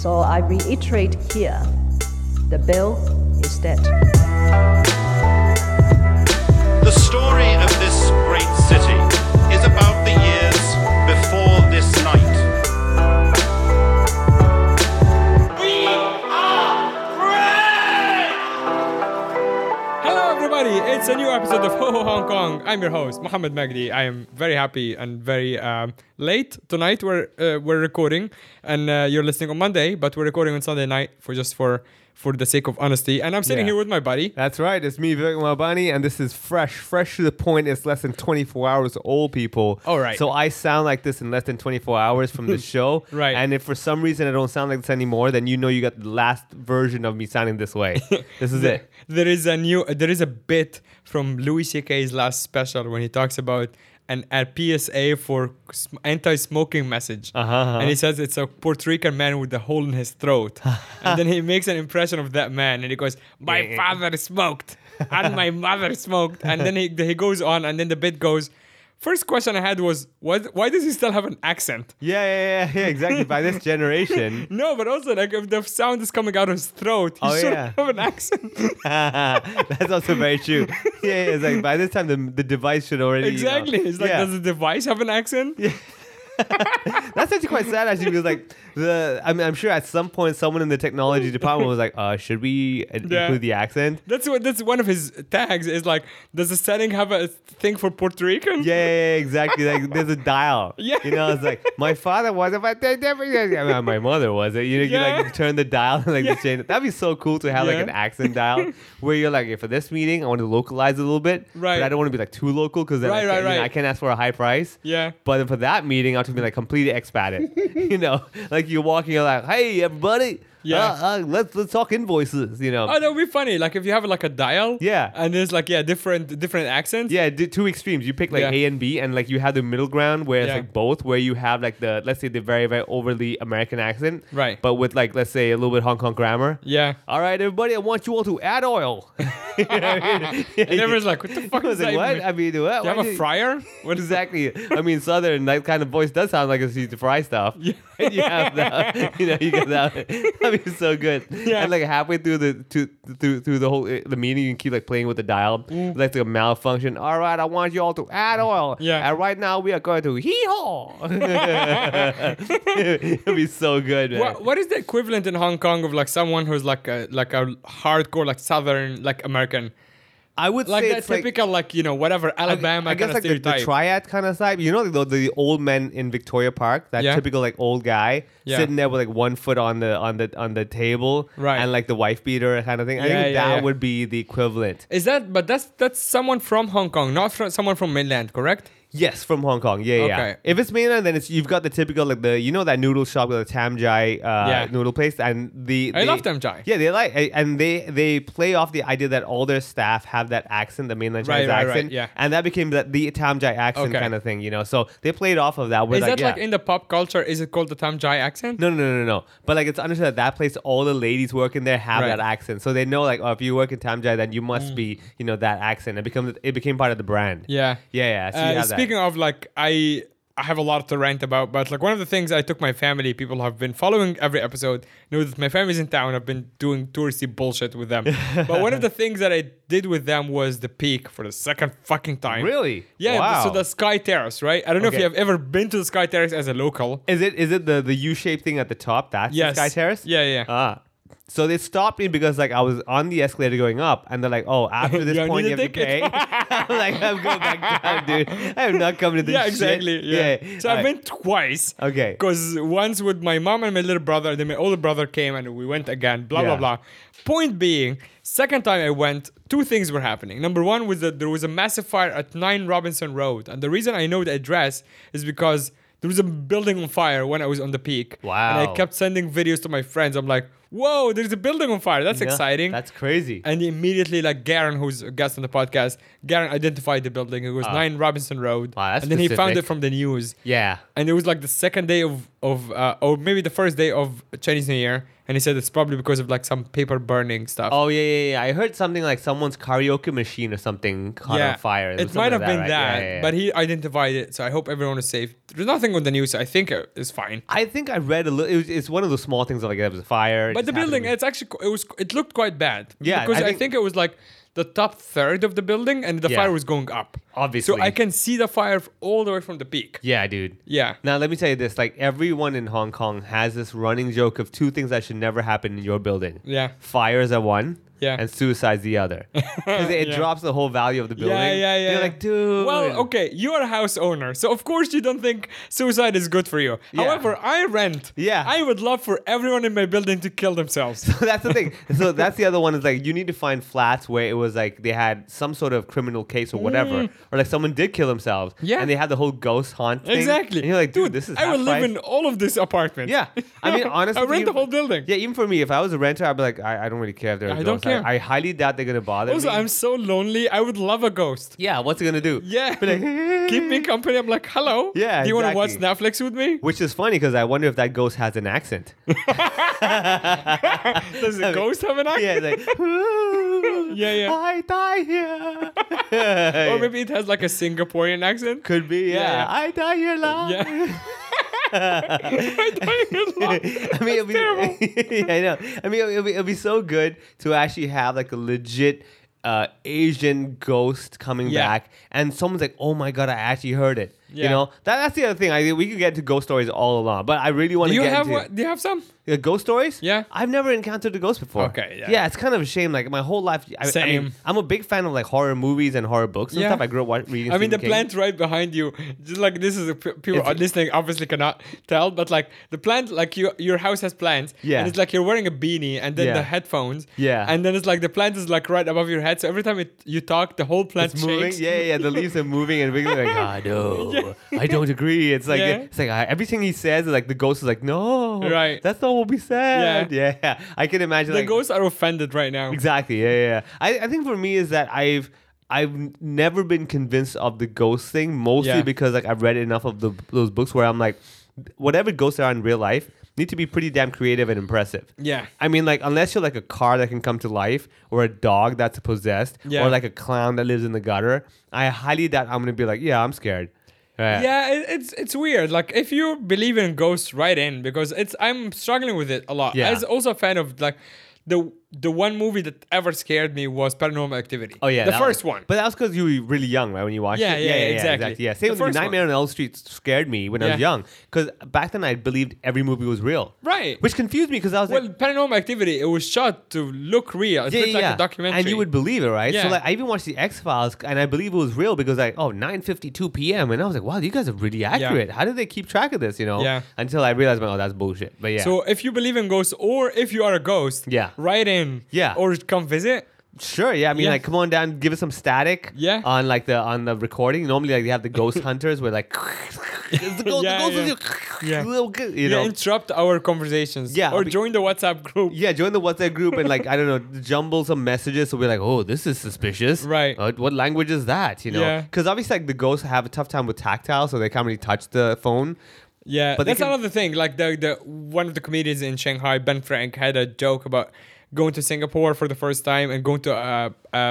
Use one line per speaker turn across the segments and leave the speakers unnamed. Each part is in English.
So I reiterate here the bill is dead.
The story of this great city is about the years before this night.
Hello, everybody! It's a new episode of Ho Ho Hong Kong. I'm your host, Mohammed Magdi. I am very happy and very um, late tonight. We're uh, we're recording, and uh, you're listening on Monday, but we're recording on Sunday night for just for for the sake of honesty. And I'm sitting
Yeah.
here with my buddy.
That's right. It's me, Vivek Malbani, and this is fresh, fresh to the point. It's less than 24 hours old, people.
All right.
So I sound like this in less than 24 hours from the show.
Right.
And if for some reason I don't sound like this anymore, then you know you got the last version of me sounding this way. this is it.
There is a new there is a bit from Louis C.K.'s last special when he talks about an a PSA for sm- anti-smoking message,
Uh-huh, uh-huh.
and he says it's a Puerto Rican man with a hole in his throat, and then he makes an impression of that man, and he goes, "My father smoked, and my mother smoked," and then he he goes on, and then the bit goes. First question I had was, what, why does he still have an accent?
Yeah, yeah, yeah, yeah exactly. By this generation.
No, but also like if the sound is coming out of his throat, he
Oh,
should
yeah.
have an accent.
That's also very true. Yeah, yeah, it's like by this time the, the device should already. you know-
Exactly. It's like,
Yeah.
does the device have an accent?
That's actually quite sad, actually, because like the I'm, I'm sure at some point someone in the technology department was like, uh, should we uh,
Yeah.
include the accent?
That's what. That's one of his tags. Is like, does the setting have a thing for Puerto Rican?
Yeah, yeah, yeah, exactly. Like there's a dial.
Yeah.
you know, it's like my father was if I did everything. I mean, my mother was it. You know,
Yeah.
you like turn the dial and like
Yeah.
change. That'd be so cool to have like
Yeah.
an accent dial where you're like, okay, for this meeting, I want to localize a little bit.
Right.
But I don't want to be like too local because then
Right,
I, can't,
right,
you know,
right.
I can't ask for a high price.
Yeah.
But for that meeting, I have to be like completely expat it. you know, like you're walking, you're like, hey, everybody,
Yeah.
uh, uh, let's let's talk invoices. You know.
Oh, that would be funny. Like if you have like a dial.
Yeah.
And there's like yeah different different accents.
Yeah, d- two extremes. You pick like
Yeah.
A and B, and like you have the middle ground where it's
Yeah.
like both, where you have like the let's say the very very overly American accent,
Right.
But with like let's say a little bit Hong Kong grammar.
Yeah.
All right, everybody, I want you all to add oil.
And everyone's like, what the fuck
I was
is that?
like,
even
what?
mean?
I mean, what?
Do you
Why
have a
did-
fryer? What is that?
Exactly. I mean, Southern that kind of voice does sound like it's used to fry stuff. Yeah. you have that. You know, you get that. That'd be so good.
Yeah.
And like halfway through the to, through through the whole the meeting, you can keep like playing with the dial,
Mm.
like the malfunction. All right, I want you all to add oil.
Yeah.
And right now we are going to hee haw. It'd be so good, man.
What, what is the equivalent in Hong Kong of like someone who's like a like a hardcore like Southern like American
I would
like
say
that
it's like.
typical like, you know whatever Alabama
I
kind
guess
of
like the,
stereotype.
the triad kind of type, you know, the, the old man in Victoria Park, that
Yeah.
typical like old guy
Yeah.
sitting there with like one foot on the on the on the table,
Right.
And like the wife beater kind of thing. I
Yeah,
think
yeah,
that
yeah.
would be the equivalent.
is that but that's that's someone from Hong Kong, not from someone from mainland, correct?
Yes, from Hong Kong. Yeah, yeah.
Okay.
If it's mainland, then it's you've got the typical like the you know that noodle shop with the Tamjai uh,
Yeah.
noodle place, and the
I
they-
love Tamjai.
Yeah, they like and they they play off the idea that all their staff have that accent, the mainland
Right,
Chinese
right, right,
accent,
yeah.
and that became the, the Tamjai accent
Okay.
kind of thing, you know. So they played off of that. with
Is that
yeah.
like in the pop culture? Is it called the Tam Jai accent?
No, no, no, no, no. But like, it's understood that that place, all the ladies working there have
Right. Mm.
that accent, so they know like, oh, if you work in Tamjai, then you must be, you know, that accent. It becomes, it became part of the brand.
Yeah.
yeah, yeah. So you
Uh,
have that.
speaking of like, I I have a lot to rant about, but like one of the things I took my family. People have been following every episode. Know that my family's in town. I've been doing touristy bullshit with them. but one of the things that I did with them was the peak for the second fucking time.
Really?
Yeah.
Wow.
So the Sky Terrace, right? I don't know if
Okay.
you have ever been to the Sky Terrace as a local.
Is it is it the the U shaped thing at the top? That's the
Yes.
Sky Terrace.
Yeah, yeah.
Ah. So they stopped me because like I was on the escalator going up, and they're like, "Oh, after this
You
point, you
need a
have to pay."
ticket.
I'm like, "I'm going back down, dude. I am not coming to this
yeah,
shit."
exactly. Yeah. So I've
Alright.
been twice.
Okay.
Because once with my mom and my little brother, then my older brother came and we went again, blah,
Yeah.
blah, blah. Point being, second time I went, two things were happening. Number one was that there was a massive fire at 9 Robinson Road. And the reason I know the address is because there was a building on fire when I was on the peak. And I
Wow.
kept sending videos to my friends. I'm like, whoa, there's a building on fire. That's
Yeah,
exciting.
That's crazy.
and immediately, like Garen, who's a guest on the podcast, Garen identified the building. It was Nine Robinson Road,
Wow, Ah. that's
and then he found
specific.
it from the news.
yeah.
And it was like the second day of of uh, or maybe the first day of Chinese New Year, and he said it's probably because of like some paper burning stuff.
Oh yeah, yeah, yeah. I heard something like someone's karaoke machine or something caught on fire.
It
was
might have
something like right?
been
Yeah,
that,
yeah, yeah.
but he identified it, so I hope everyone is safe. There's nothing on the news, so I think it- it's fine.
I think I read a little. It was, it's one of those small things like there was a fire. it
But the
just happened to
building,
be-
it's actually qu- it was it looked quite bad.
Yeah,
because I
I
think,
think-
it was like the top third of the building, and the
Yeah.
fire was going up. so
Obviously.
I can see the fire f- all the way from the peak.
yeah, dude.
Yeah.
Now let me tell you this: like everyone in Hong Kong has this running joke of two things that should never happen in your building.
Yeah.
fires are one.
Yeah.
and suicide's the other. 'Cause it
Yeah.
drops the whole value of the building.
Yeah, yeah, yeah.
You're like, dude.
Well, okay, you're a house owner, so of course you don't think suicide is good for you.
Yeah.
However, I rent.
Yeah.
I would love for everyone in my building to kill themselves.
that's the thing. So that's the other one is like you need to find flats where it was like they had some sort of criminal case or whatever, or like someone did kill themselves.
Mm. Yeah.
and they had the whole ghost haunt. Thing.
Exactly.
And you're like, dude, this is.
I will
half
live
price.
in all of this apartment.
Yeah, I mean, honestly,
I rent the
even-
whole building.
Yeah, even for me, if I was a renter, I'd be like, I, I don't really care if they're.
I
I
don't care.
I, highly doubt they're gonna bother
Also,
me.
I'm so lonely. I would love a ghost.
yeah, what's it gonna do?
Yeah.
Be like,
Keep me company. I'm like, hello.
Yeah,
Do you want to
exactly.
watch Netflix with me?
Which is funny because I wonder if that ghost has an accent.
Does the ghost have an accent?
yeah, like, yeah,
Yeah, yeah.
I die here.
Or maybe it has like a Singaporean accent.
could be. Yeah,
yeah.
I die here live.
Yeah. I don't even know.
I mean, it'll be, yeah, I know. I mean, it'll be, it'll be so good to actually have like a legit uh, Asian ghost coming
Yeah.
back, and someone's like, "Oh my god, I actually heard it."
Yeah.
You know, that, that's the other thing. I we could get into ghost stories all along, but I really want
Do
to
you
get
have
into
one? Do you have some?
Uh, ghost stories.
Yeah.
I've never encountered a ghost before.
Okay, yeah.
yeah, it's kind of a shame. Like my whole life, I, I
Same.
mean, I'm a big fan of like horror movies and horror books and
Yeah.
stuff. I grew up wa- reading.
I
Stephen
mean, the
King.
plant right behind you. Just like this is a, p- people
It's-
are listening obviously cannot tell, but like the plant, like your your house has plants.
Yeah.
And it's like you're wearing a beanie and then
Yeah.
the headphones.
Yeah.
And then it's like the plant is like right above your head, so every time it, you talk, the whole plant
It's moving.
shakes.
Yeah, yeah, yeah, the leaves are moving and wiggling. Like, ah, no, I don't agree. It's like
Yeah.
it's like uh, everything he says is like the ghost is like, no,
Right.
That's not what we said. Yeah, yeah. I can imagine
The
like
ghosts are offended right now.
exactly. Yeah, yeah. yeah. I, I think for me is that I've. I've n- never been convinced of the ghost thing, mostly
Yeah.
because like I've read enough of the, those books where I'm like, whatever ghosts are in real life need to be pretty damn creative and impressive.
Yeah.
I mean, like, unless you're like a car that can come to life, or a dog that's possessed,
Yeah.
or like a clown that lives in the gutter, I highly doubt I'm gonna be like, yeah, I'm scared. Right.
Yeah, it, it's it's weird. Like if you believe in ghosts, write in because it's I'm struggling with it a lot.
Yeah.
I was also a fan of like the the one movie that ever scared me was Paranormal Activity.
Oh yeah,
the
that
first
was-
one.
But that was because you were really young, right? When you watched
Yeah,
it.
yeah, exactly.
Yeah,
The
same with
first one.
Nightmare on Elm Street scared me when I was
Yeah.
young because back then I believed every movie was real.
Right.
Which confused me because I was
well,
like,
Paranormal Activity it was shot to look real. It
yeah,
looked
yeah,
like
yeah.
a documentary.
and you would believe it, right?
Yeah.
So like, I even watched the X Files, and I believe it was real because like, oh, 9:52 p.m., and I was like, wow, you guys are really accurate. How did they keep track of this? You know?
Yeah.
Until I realized, like, oh, that's bullshit. But yeah.
So if you believe in ghosts or if you are a ghost,
Yeah.
write in.
Yeah.
Or come visit.
Sure, yeah. I mean,
Yeah.
like, come on down, give us some static.
Yeah.
On like the on the recording, normally like they have the ghost hunters where like, it's the ghost,
Yeah,
the ghost is
yeah.
your- little g- you
yeah,
know.
interrupt our conversations.
Yeah,
Or
be-
join the WhatsApp group.
Yeah, join the WhatsApp group and like I don't know, jumble some messages. So we're like, oh, this is suspicious.
Right.
Uh, what language is that? You know,
Yeah.
because obviously like the ghosts have a tough time with tactile, so they can't really touch the phone.
Yeah,
But they
that's
can-
another thing. Like the the one of the comedians in Shanghai, Ben Frank, had a joke about going to Singapore for the first time and going to a a,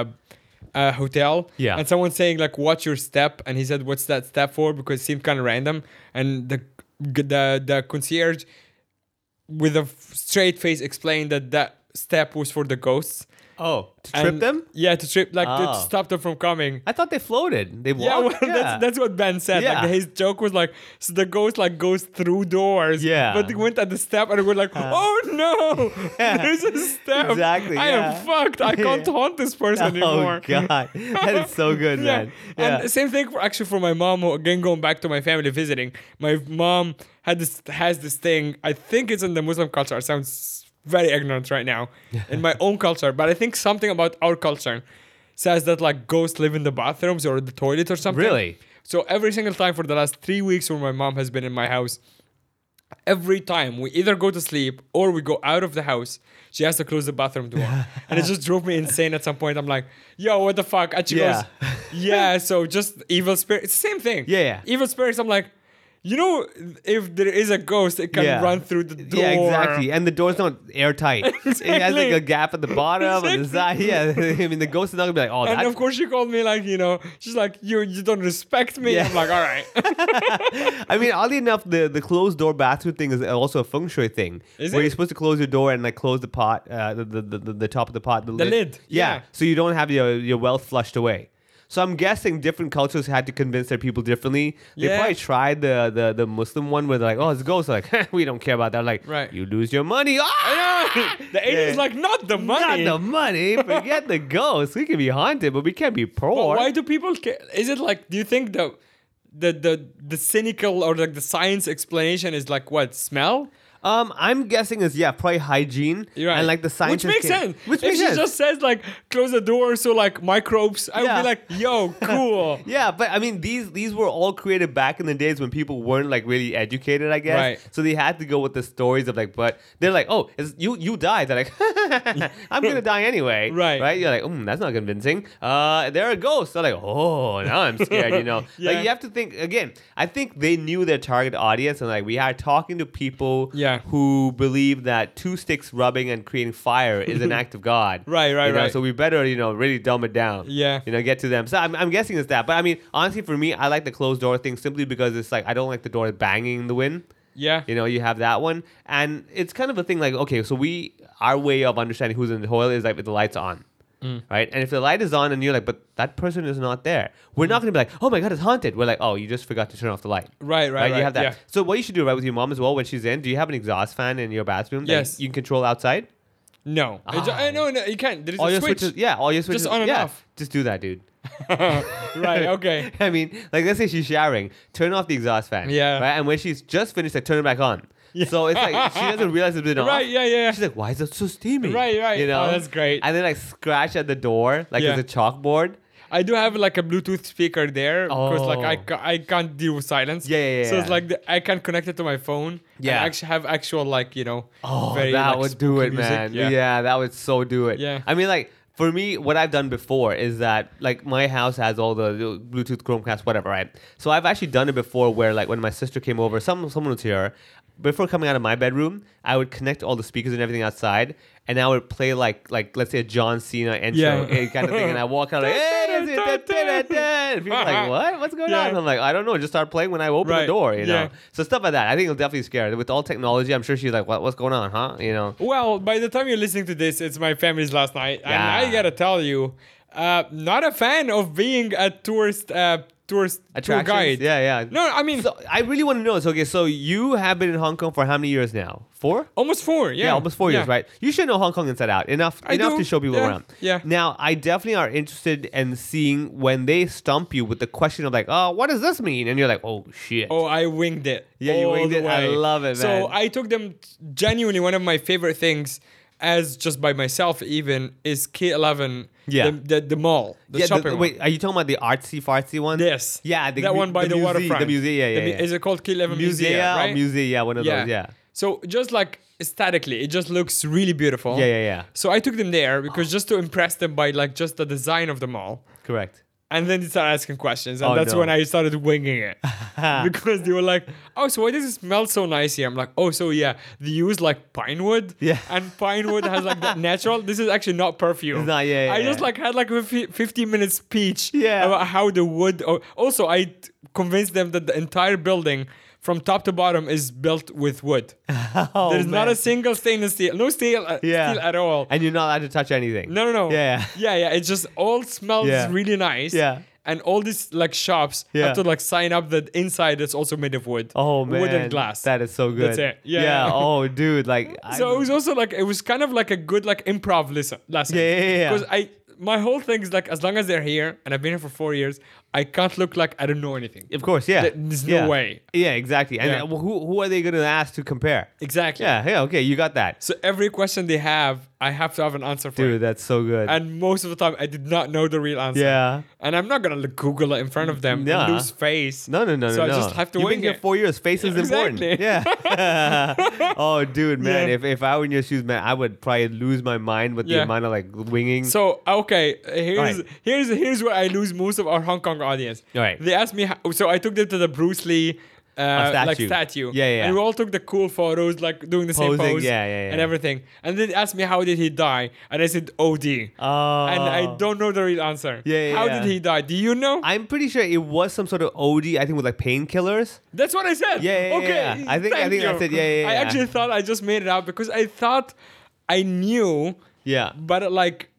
a hotel.
Yeah.
and someone saying like, "What's your step?" And he said, "What's that step for?" Because it seemed kind of random. And the the the concierge with a f- straight face explained that that step was for the ghosts.
Oh, to trip
And-
them?
Yeah, to trip like to
Oh.
stop them from coming.
I thought they floated. They
Yeah, well,
walked.
That's, that's what Ben said.
Yeah.
Like his joke was like, so the ghost like goes through doors.
Yeah. Uh.
But they went at the step and we're like, oh no, there's a step.
Exactly,
I
yeah.
am fucked. I can't haunt this person
Oh
anymore.
god, that is so good, man. Yeah.
And same thing for actually for my mom. who- Again, going back to my family visiting, my mom had this has this thing. I think it's in the Muslim culture. I sounds very ignorant right now in my own culture, but I think something about our culture says that like ghosts live in the bathrooms or the toilet or something.
Really?
So every single time for the last three weeks, when my mom has been in my house, every time we either go to sleep or we go out of the house, she has to close the bathroom door. and it just drove me insane at some point. I'm like, yo, what the fuck? And she
Yeah.
goes, yeah, so just evil spirits. Same thing.
Yeah, yeah.
Evil spirits, I'm like, you know, if there is a ghost, it can
Yeah.
run through the door.
Yeah, exactly. And the door's not airtight. It has like
Exactly.
a gap at the bottom and the side.
Exactly.
Yeah, I mean the ghost is not gonna be like, oh,
And
that
of course, she called me like, you know, she's like, you you don't respect me.
Yeah.
I'm like, all right.
I mean, oddly enough, the, the closed door bathroom thing is also a feng shui thing,
Is
where
it?
you're supposed to close your door and like close the pot, uh, the, the, the the top of the pot, the,
lid,
Yeah.
yeah.
so you don't have your your wealth flushed away. So I'm guessing different cultures had to convince their people differently. They
Yeah.
probably tried the, the the Muslim one where they're like, "Oh, it's ghosts." Like, we don't care about that. Like,
Right.
you lose your money. Ah!
the alien's like, not the money.
Not the money. Forget the ghosts. We can be haunted, but we can't be
But
poor.
why do people care? Is it like? Do you think the the the the cynical or like the science explanation is like what smell?
Um, I'm guessing is yeah, probably hygiene
You're right.
and like the science,
which makes sense.
Which
if
makes
she
sense.
just says like close the door so like microbes, I
Yeah.
would be like, yo, cool.
Yeah, but I mean these these were all created back in the days when people weren't like really educated, I guess.
Right.
So they had to go with the stories of like, but they're like, oh, it's, you you died. They're like, I'm gonna die anyway.
Right.
Right. You're like, mm, that's not convincing. Uh, there are ghosts. They're like, oh, now I'm scared. You know.
Yeah.
Like you have to think again. I think they knew their target audience, and like we are talking to people
Yeah.
who believe that two sticks rubbing and creating fire is an act of God.
Right, right,
You know,
right.
So we better you know really dumb it down
Yeah.
you know, get to them. So I'm, I'm guessing it's that. But I mean, honestly, for me, I like the closed door thing simply because it's like I don't like the door banging in the wind.
Yeah.
You know, you have that one, and it's kind of a thing like okay, so we our way of understanding who's in the toilet is like if the lights on.
Mm.
Right, and if the light is on, and you're like, but that person is not there. We're not gonna be like, oh my god, it's haunted. We're like, oh, you just forgot to turn off the light.
Right, right,
You
right,
have that.
yeah.
So what you should do, right, with your mom as well when she's in, do you have an exhaust fan in your bathroom? that
Yes.
you can control outside.
No,
Ah.
I ju- I know no, you can't. There is
All
a
your
switch.
switches, yeah, all your switches,
on and
yeah,
off.
Just do that, dude.
right. Okay.
I mean, like let's say she's showering, turn off the exhaust fan.
Yeah.
Right. And when she's just finished, like turn it back on. So it's like she doesn't realize it's been off.
Right, yeah, yeah, yeah.
She's like, why is it so steamy?
Right, right.
You know,
Oh, that's great.
And then like scratch at the door, like
Yeah.
it's a chalkboard.
I do have like a Bluetooth speaker there because like I,
Oh.
ca- I can't deal with silence.
Yeah, yeah, yeah,
So it's
yeah.
like the, I can connect it to my phone.
Yeah.
And actually have actual like you know.
Oh,
very,
that
like,
would do it,
spooky music.
man. Yeah. that would so do it.
Yeah.
I mean, like for me, what I've done before is that like my house has all the the Bluetooth, Chromecast, whatever, right? So I've actually done it before, where like when my sister came over, some someone was here. Before coming out of my bedroom, I would connect all the speakers and everything outside, and I would play like like let's say a John Cena intro
Yeah.
eh, kind of thing, and I walk out like, hey, that's it, that's it, that's it." And people are like, what? What's going on?
Yeah.
I'm like, I don't know. Just start playing when I open the
Right.
door, you know.
Yeah.
So stuff like that. I think it'll definitely scare her. With all technology, I'm sure she's like, what, what's going on, huh? You know.
Well, by the time you're listening to this, it's my family's last night, and
Yeah.
I gotta tell you, uh, not a fan of being a tourist, uh, tourist tour
Attractions?
guide.
Yeah, yeah.
No, I mean
So I really want to know. So okay, so you have been in Hong Kong for how many years now? Four?
almost four. Yeah,
Yeah, almost four years,
Yeah.
right? You should know Hong Kong inside out enough
I
enough
do.
to show people
Yeah.
around.
Yeah.
Now I definitely are interested in seeing when they stump you with the question of like, oh, what does this mean? And you're like, oh shit.
Oh, I winged it.
Yeah, you
all
winged
the
it. I
way.
love it, man.
So I took them genuinely one of my favorite things as just by myself even is K11
Yeah.
the, the, the mall the
yeah, the-
shopping
wait, are you talking about the artsy fartsy one?
one. yes
Yeah, the
that
mu-
one by
the
the,
muse-
waterfront
the museum, yeah, yeah,
The mu-
yeah.
is it called K11
Musea
museum right?
or Musea, yeah, one of those, yeah.
So just like aesthetically, it just looks really beautiful.
Yeah, yeah, yeah.
So I took them there because just to impress them by like just the design of the mall.
Correct.
And then they started asking questions, and
Oh,
that's
no.
when I started winging it because they were like, "Oh, so why does it smell so nice here?" I'm like, "Oh, so yeah, they use like pine wood,
Yeah.
and pine wood has like that natural. This is actually not perfume.
It's not- yeah,
I
yeah,
just
yeah.
like had like a fif- 15 minute speech,
Yeah.
about how the wood. Oh, also, I t- convinced them that the entire building. From top to bottom is built with wood.
Oh,
There's not
man.
a single stainless steel, no steel, uh,
yeah.
steel at all.
And you're not allowed to touch anything.
No, no, no.
Yeah.
Yeah, yeah. It just all smells
Yeah.
really nice.
Yeah.
And all these like shops
Yeah.
have to like sign up that inside it's also made of wood.
Oh man,
Wood and glass.
That is so good.
That's it. Yeah.
Oh, dude, like. I-
So it was also like it was kind of like a good like improv lesson. lesson.
Yeah, yeah, yeah, yeah.
Because I my whole thing is like as long as they're here and I've been here for four years, I can't look like I don't know anything.
Of course, yeah.
Th- there's no
Yeah.
way.
Yeah, exactly. And
Yeah.
uh, who who are they going to ask to compare?
Exactly.
Yeah, yeah, okay, you got that.
So every question they have, I have to have an answer for
Dude,
it.
that's so good.
And most of the time, I did not know the real answer.
yeah.
And I'm not gonna look Google it in front of them
Yeah.
and lose face.
No, no, no,
so
no.
I
no.
just have to
You've
wing
been here
it.
four years. Face is
Yeah,
important.
exactly.
Yeah. oh, dude, man.
Yeah.
If, if I were in your shoes, man, I would probably lose my mind with the
Yeah.
amount of like winging.
So okay, here's
Alright.
here's here's where I lose most of our Hong Kong audience.
Alright.
They asked me, how, so I took them to the Bruce Lee. Uh, like
statue.
statue,
Yeah, yeah,
And we
yeah.
all took the cool photos, like doing the
Posing,
same pose,
yeah, yeah, yeah.
and everything. And then they asked me how did he die, and I said OD, and I
Oh.
don't know the real answer.
Yeah, yeah,
how
yeah.
did he die? Do you know?
I'm pretty sure it was some sort of OD, I think, with like painkillers.
That's what I said.
Yeah, yeah, yeah,
okay.
yeah. I think- I
thank
think
you.
that's it. Yeah, yeah,
I
yeah.
actually thought I just made it up because I thought I knew,
Yeah.
but uh, like I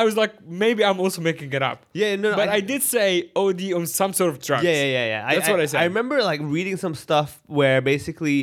I was like maybe I'm also making it up.
Yeah, no, no,
But
I-
I, did say OD on some sort of drugs.
Yeah, yeah, yeah, yeah.
That's what I said.
I remember like reading some stuff where basically,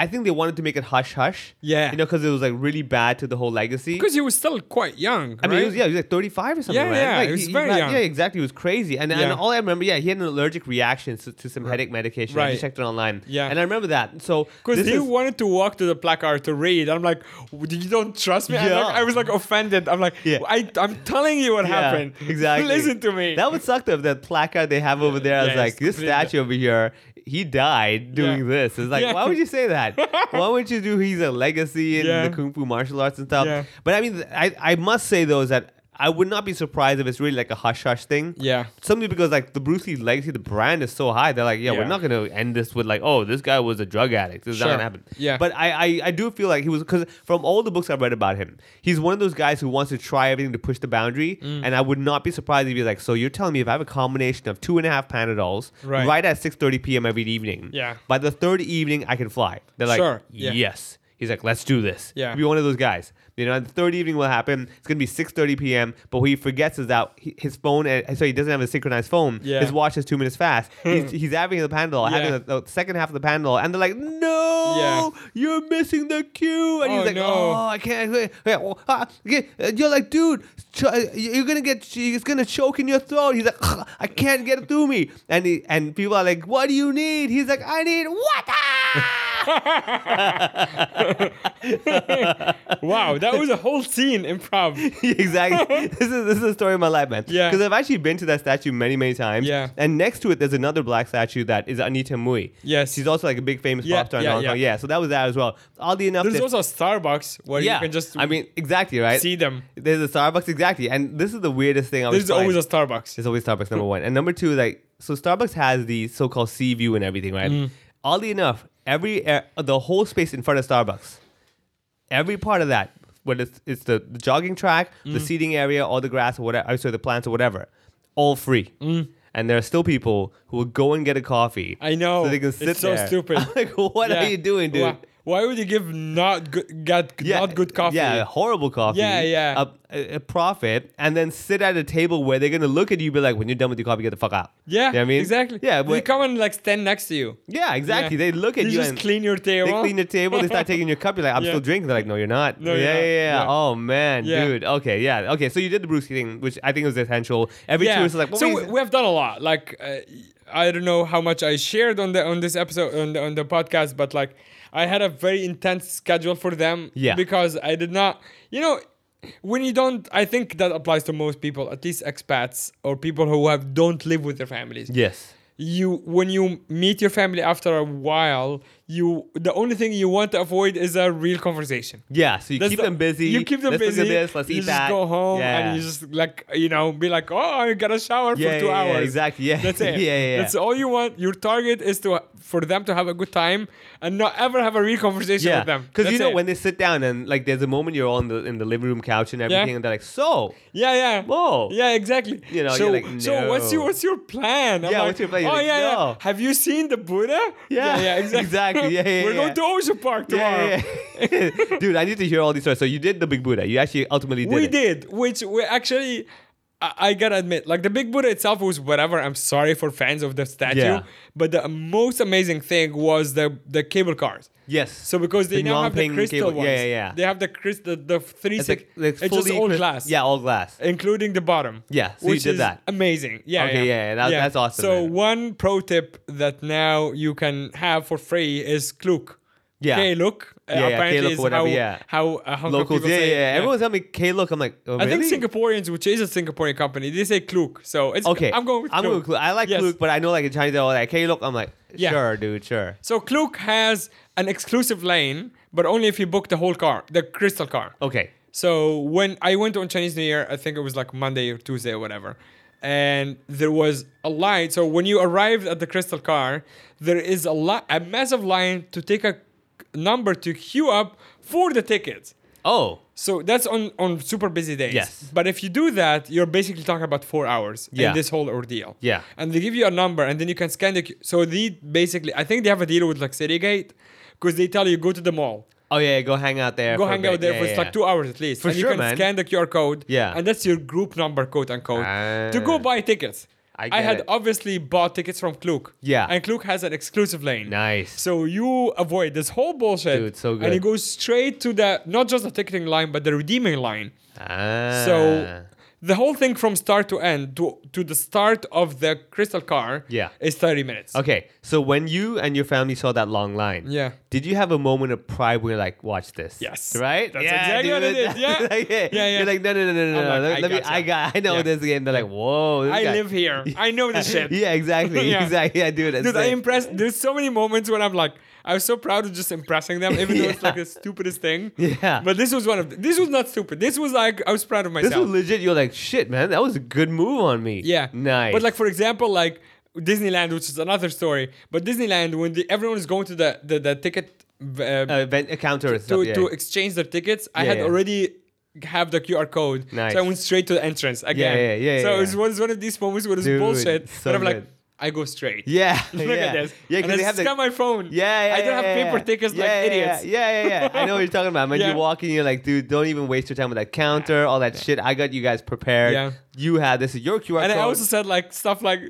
I think they wanted to make it hush hush.
Yeah.
You know, because it was like really bad to the whole legacy.
Because he was still quite young.
I mean,
right?
he was, yeah, he was like 35 or something,
Yeah,
right?
yeah,
like,
he was
he-
very
he-
young.
Yeah, exactly. He was crazy. And, and
Yeah.
all I remember, yeah, he had an allergic reaction to, to some headache medication. I
Right.
just checked it online.
Yeah.
And I remember that. So,
Because
this
he
is-
wanted to walk to the placard to read. I'm like, "W- you don't trust me? I'm
Yeah.
like- I was like offended. I'm like,
Yeah.
I, I'm telling you what
Yeah,
happened.
Exactly.
Listen to me.
That would suck though. if That placard they have over there. I was
Yeah,
like,
it's
this
completely-
statue over here, he died doing
Yeah.
this. It's like,
Yeah.
why would you say that? why would you do? He's a legacy in
Yeah.
the kung fu martial arts and stuff.
Yeah.
But I mean, th- I I must say though is that. I would not be surprised if it's really like a hush hush thing.
Yeah.
Simply because like the Bruce Lee legacy, the brand is so high. They're like, yeah,
Yeah.
we're not gonna end this with like, oh, this guy was a drug addict. This is not
Sure.
gonna happen.
Yeah.
But I, I I do feel like he was because from all the books I've read about him, he's one of those guys who wants to try everything to push the boundary.
Mm.
And I would not be surprised if he's like, so you're telling me if I have a combination of two and a half Panadols right,
Right.
at 6:30 p.m. every evening,
Yeah.
by the third evening I can fly. They're like,
Sure. Yeah.
yes. He's like, let's do this.
Yeah.
Be one of those guys. You know, the third evening will happen. It's gonna be 6:30 p.m. But what he forgets is that he- his phone, and so he doesn't have a synchronized phone.
Yeah.
His watch is two minutes fast. he's, he's having the Panadol,
Yeah.
having the the second half of the Panadol, and they're like, no,
Yeah.
you're missing the cue. And he's
Oh,
like,
no.
oh, I can't. I can't- oh, ah, okay." And You're like, dude, cho- you're gonna get, it's gonna choke in your throat. He's like, "Ugh, I can't get it through me. And he, and people are like, what do you need? He's like, I need water.
wow, that was a whole scene improv.
exactly. This is this is the story of my life, man.
Yeah.
Because I've actually been to that statue many, many times.
Yeah.
And next to it, there's another black statue that is Anita Mui.
Yes.
She's also like a big famous
Yeah,
pop star in
yeah,
Hong Kong.
yeah.
Yeah. So that was that as well. Oddly enough,
There's
they-
also a Starbucks where you can just
I mean, exactly, right?
see them.
There's a Starbucks, exactly. And this is the weirdest thing I was
There's always a Starbucks.
There's always Starbucks, number one. And number two, like, so Starbucks has the so called sea view and everything, right?
Mm.
Oddly enough, every uh, the whole space in front of Starbucks, every part of that, whether it's, it's the, the jogging track,
Mm.
the seating area, or the grass, or whatever, sorry, the plants, or whatever, all free. And there are still people who will go and get a coffee.
Mm. I know.
So they can
It's
sit
so
there.
stupid.
I'm like, what
Yeah.
are you doing, dude?
Why, why would you give not good, got not good coffee?
Yeah, horrible coffee.
Yeah, yeah.
a- A, a profit, and then sit at a table where they're gonna look at you, be like, "When you're done with your coffee, get the fuck out."
yeah.
You know what I mean,
exactly.
Yeah,
they
but,
come and like stand next to you.
yeah, exactly.
Yeah.
They look at
You
you,
just
and
clean your
They
table.
clean your table. They start taking your cup. You're like, "I'm
Yeah.
still drinking." They're like, "No, you're not."
No,
yeah,
you're
yeah,
not.
yeah,
Yeah.
Oh man,
Yeah.
dude. Okay, yeah, okay. So you did the Bruce Lee thing, which I think was essential. Every
Yeah.
tourist is like, what
so
was-
we, we have done a lot. Like uh, I don't know how much I shared on the on this episode on the, on the podcast, but like I had a very intense schedule for them.
Yeah.
Because I did not, you know. When you don't, I think that applies to most people, at least expats or people who have don't live with their families.
yes."
you when you meet your family after a while you the only thing you want to avoid is a real conversation
Yeah, so you
That's
keep
the-
them busy.
you keep them
let's
busy
Look at this, let's
you
eat
just
that.
go home
Yeah.
and you just like you know be like oh i got a shower
Yeah,
for two
yeah, yeah,
hours
exactly, yeah.
that's it
Yeah, yeah, yeah.
that's all you want your target is to for them to have a good time and not ever have a real conversation with them
Because you
That's
know
it.
when they sit down and like there's a moment you're on the in the living room couch and everything, and they're like, so
Yeah, yeah.
Whoa.
Yeah, exactly.
You know,
so,
you're like,
so what's
no.
your what's your plan? I'm
Yeah,
like,
what's your plan? You're
Oh
like,
yeah,
no.
yeah. Have you seen the Buddha?
Yeah,
yeah, exactly.
exactly. Yeah, yeah,
We're
yeah.
going to Ocean Park tomorrow.
yeah, yeah, yeah. dude, I need to hear all these stories. So you did the Big Buddha. You actually ultimately did.
We
it.
did, which we actually I, I gotta admit, like the Big Buddha itself was whatever. I'm sorry for fans of the statue,
Yeah.
but the most amazing thing was the the cable cars.
Yes.
So because they
The
now have the
Nongping
crystal
cable-
ones,
yeah, yeah, yeah.
they have the crystal, the, the three
It's
six.
like, like
it's just
fully
all
cri-
glass.
Yeah, all glass.
including the bottom.
Yeah, so you
which
did
is
that.
Amazing. Yeah.
Okay, yeah, yeah, that- that's awesome,
So
man.
one pro tip that now you can have for free is Klook.
Yeah.
Klook. Uh,
Yeah, yeah,
apparently
Klook,
is
whatever,
how
yeah.
how uh, Hong Kong
Locals.
people
Yeah, yeah,
say it.
yeah. Everyone's telling me K. Look, I'm like, oh,
I
really?
think Singaporeans, which is a Singaporean company, they say Klook. So it's
Okay,
I'm going with
I'm
Klook.
going with Klook. I like
Yes.
Klook, but I know like in Chinese they're all like, "Hey, look." I'm like,
Yeah.
"Sure, dude, sure."
So Klook has an exclusive lane, but only if you book the whole car, the crystal car.
Okay.
So when I went on Chinese New Year, I think it was like Monday or Tuesday or whatever, and there was a line. So when you arrived at the Crystal Car, there is a lot, a massive line to take a number to queue up for the tickets.
Oh,
So that's on on super busy days.
Yes.
But if you do that, you're basically talking about four hours
Yeah.
in this whole ordeal.
Yeah.
And they give you a number, and then you can scan the. Q- So they basically, I think they have a deal with like Citygate, because they tell you go to the mall
oh yeah. Go hang out there.
go
for a
hang
bit.
out there
Yeah,
for
yeah,
it's
yeah.
like two hours at least.
For
and
sure,
you can
man.
scan the QR code.
Yeah.
And that's your group number, quote unquote, to
Ah.
go buy tickets.
I
I,
get
had
it.
obviously bought tickets from Klook.
Yeah.
And Klook has an exclusive lane.
Nice.
So you avoid this whole bullshit.
Dude, so
And
good.
it goes straight to the, not just the ticketing line, but the redeeming line.
Ah.
So the whole thing from start to end, to, to the start of the crystal car,
Yeah.
is 30 minutes.
Okay, so when you and your family saw that long line,
Yeah.
did you have a moment of pride where you're like, watch this?
Yes.
right?
That's exactly what I did. Yeah.
like,
Yeah, yeah.
You're like, no, no, no, no,
I'm
no.
like,
let,
I
let me.
gotcha.
I got. I know
Yeah.
this game. They're like, whoa. this
I
guy-
live here. I know this shit.
Yeah, exactly.
Yeah.
Exactly. I do it.
Dude, I impressed. There's so many moments when I'm like, I was so proud of just impressing them, even though it's like
Yeah.
the stupidest thing.
Yeah.
But this was one of. The, this was not stupid. This was like I was proud of myself.
This was legit. You're like, shit, man. That was a good move on me.
yeah.
Nice.
But like for example, like Disneyland, which is another story. But Disneyland, when the, everyone is going to the the, the ticket uh,
uh, vent, a counter and
to
stuff. Yeah.
to exchange their tickets, I
Yeah,
had
yeah.
already have the QR code,
Nice.
so I went straight to the entrance again.
yeah, yeah,
so
yeah,
it was
yeah.
one- one of these moments where it's
Dude,
bullshit,
so
but I'm like,
good.
I go straight.
yeah.
Look
yeah.
at this.
Yeah,
and I
because they have the.
scan my phone.
Yeah, yeah,
I don't
yeah,
have
yeah,
paper
yeah.
tickets
yeah,
like
yeah,
idiots.
Yeah, yeah, yeah. I know what you're talking about. When
Yeah.
you walk in, you're like, dude, don't even waste your time with that counter, all that shit. I got you guys prepared.
Yeah.
You had this is your QR
And
code.
I also said like stuff like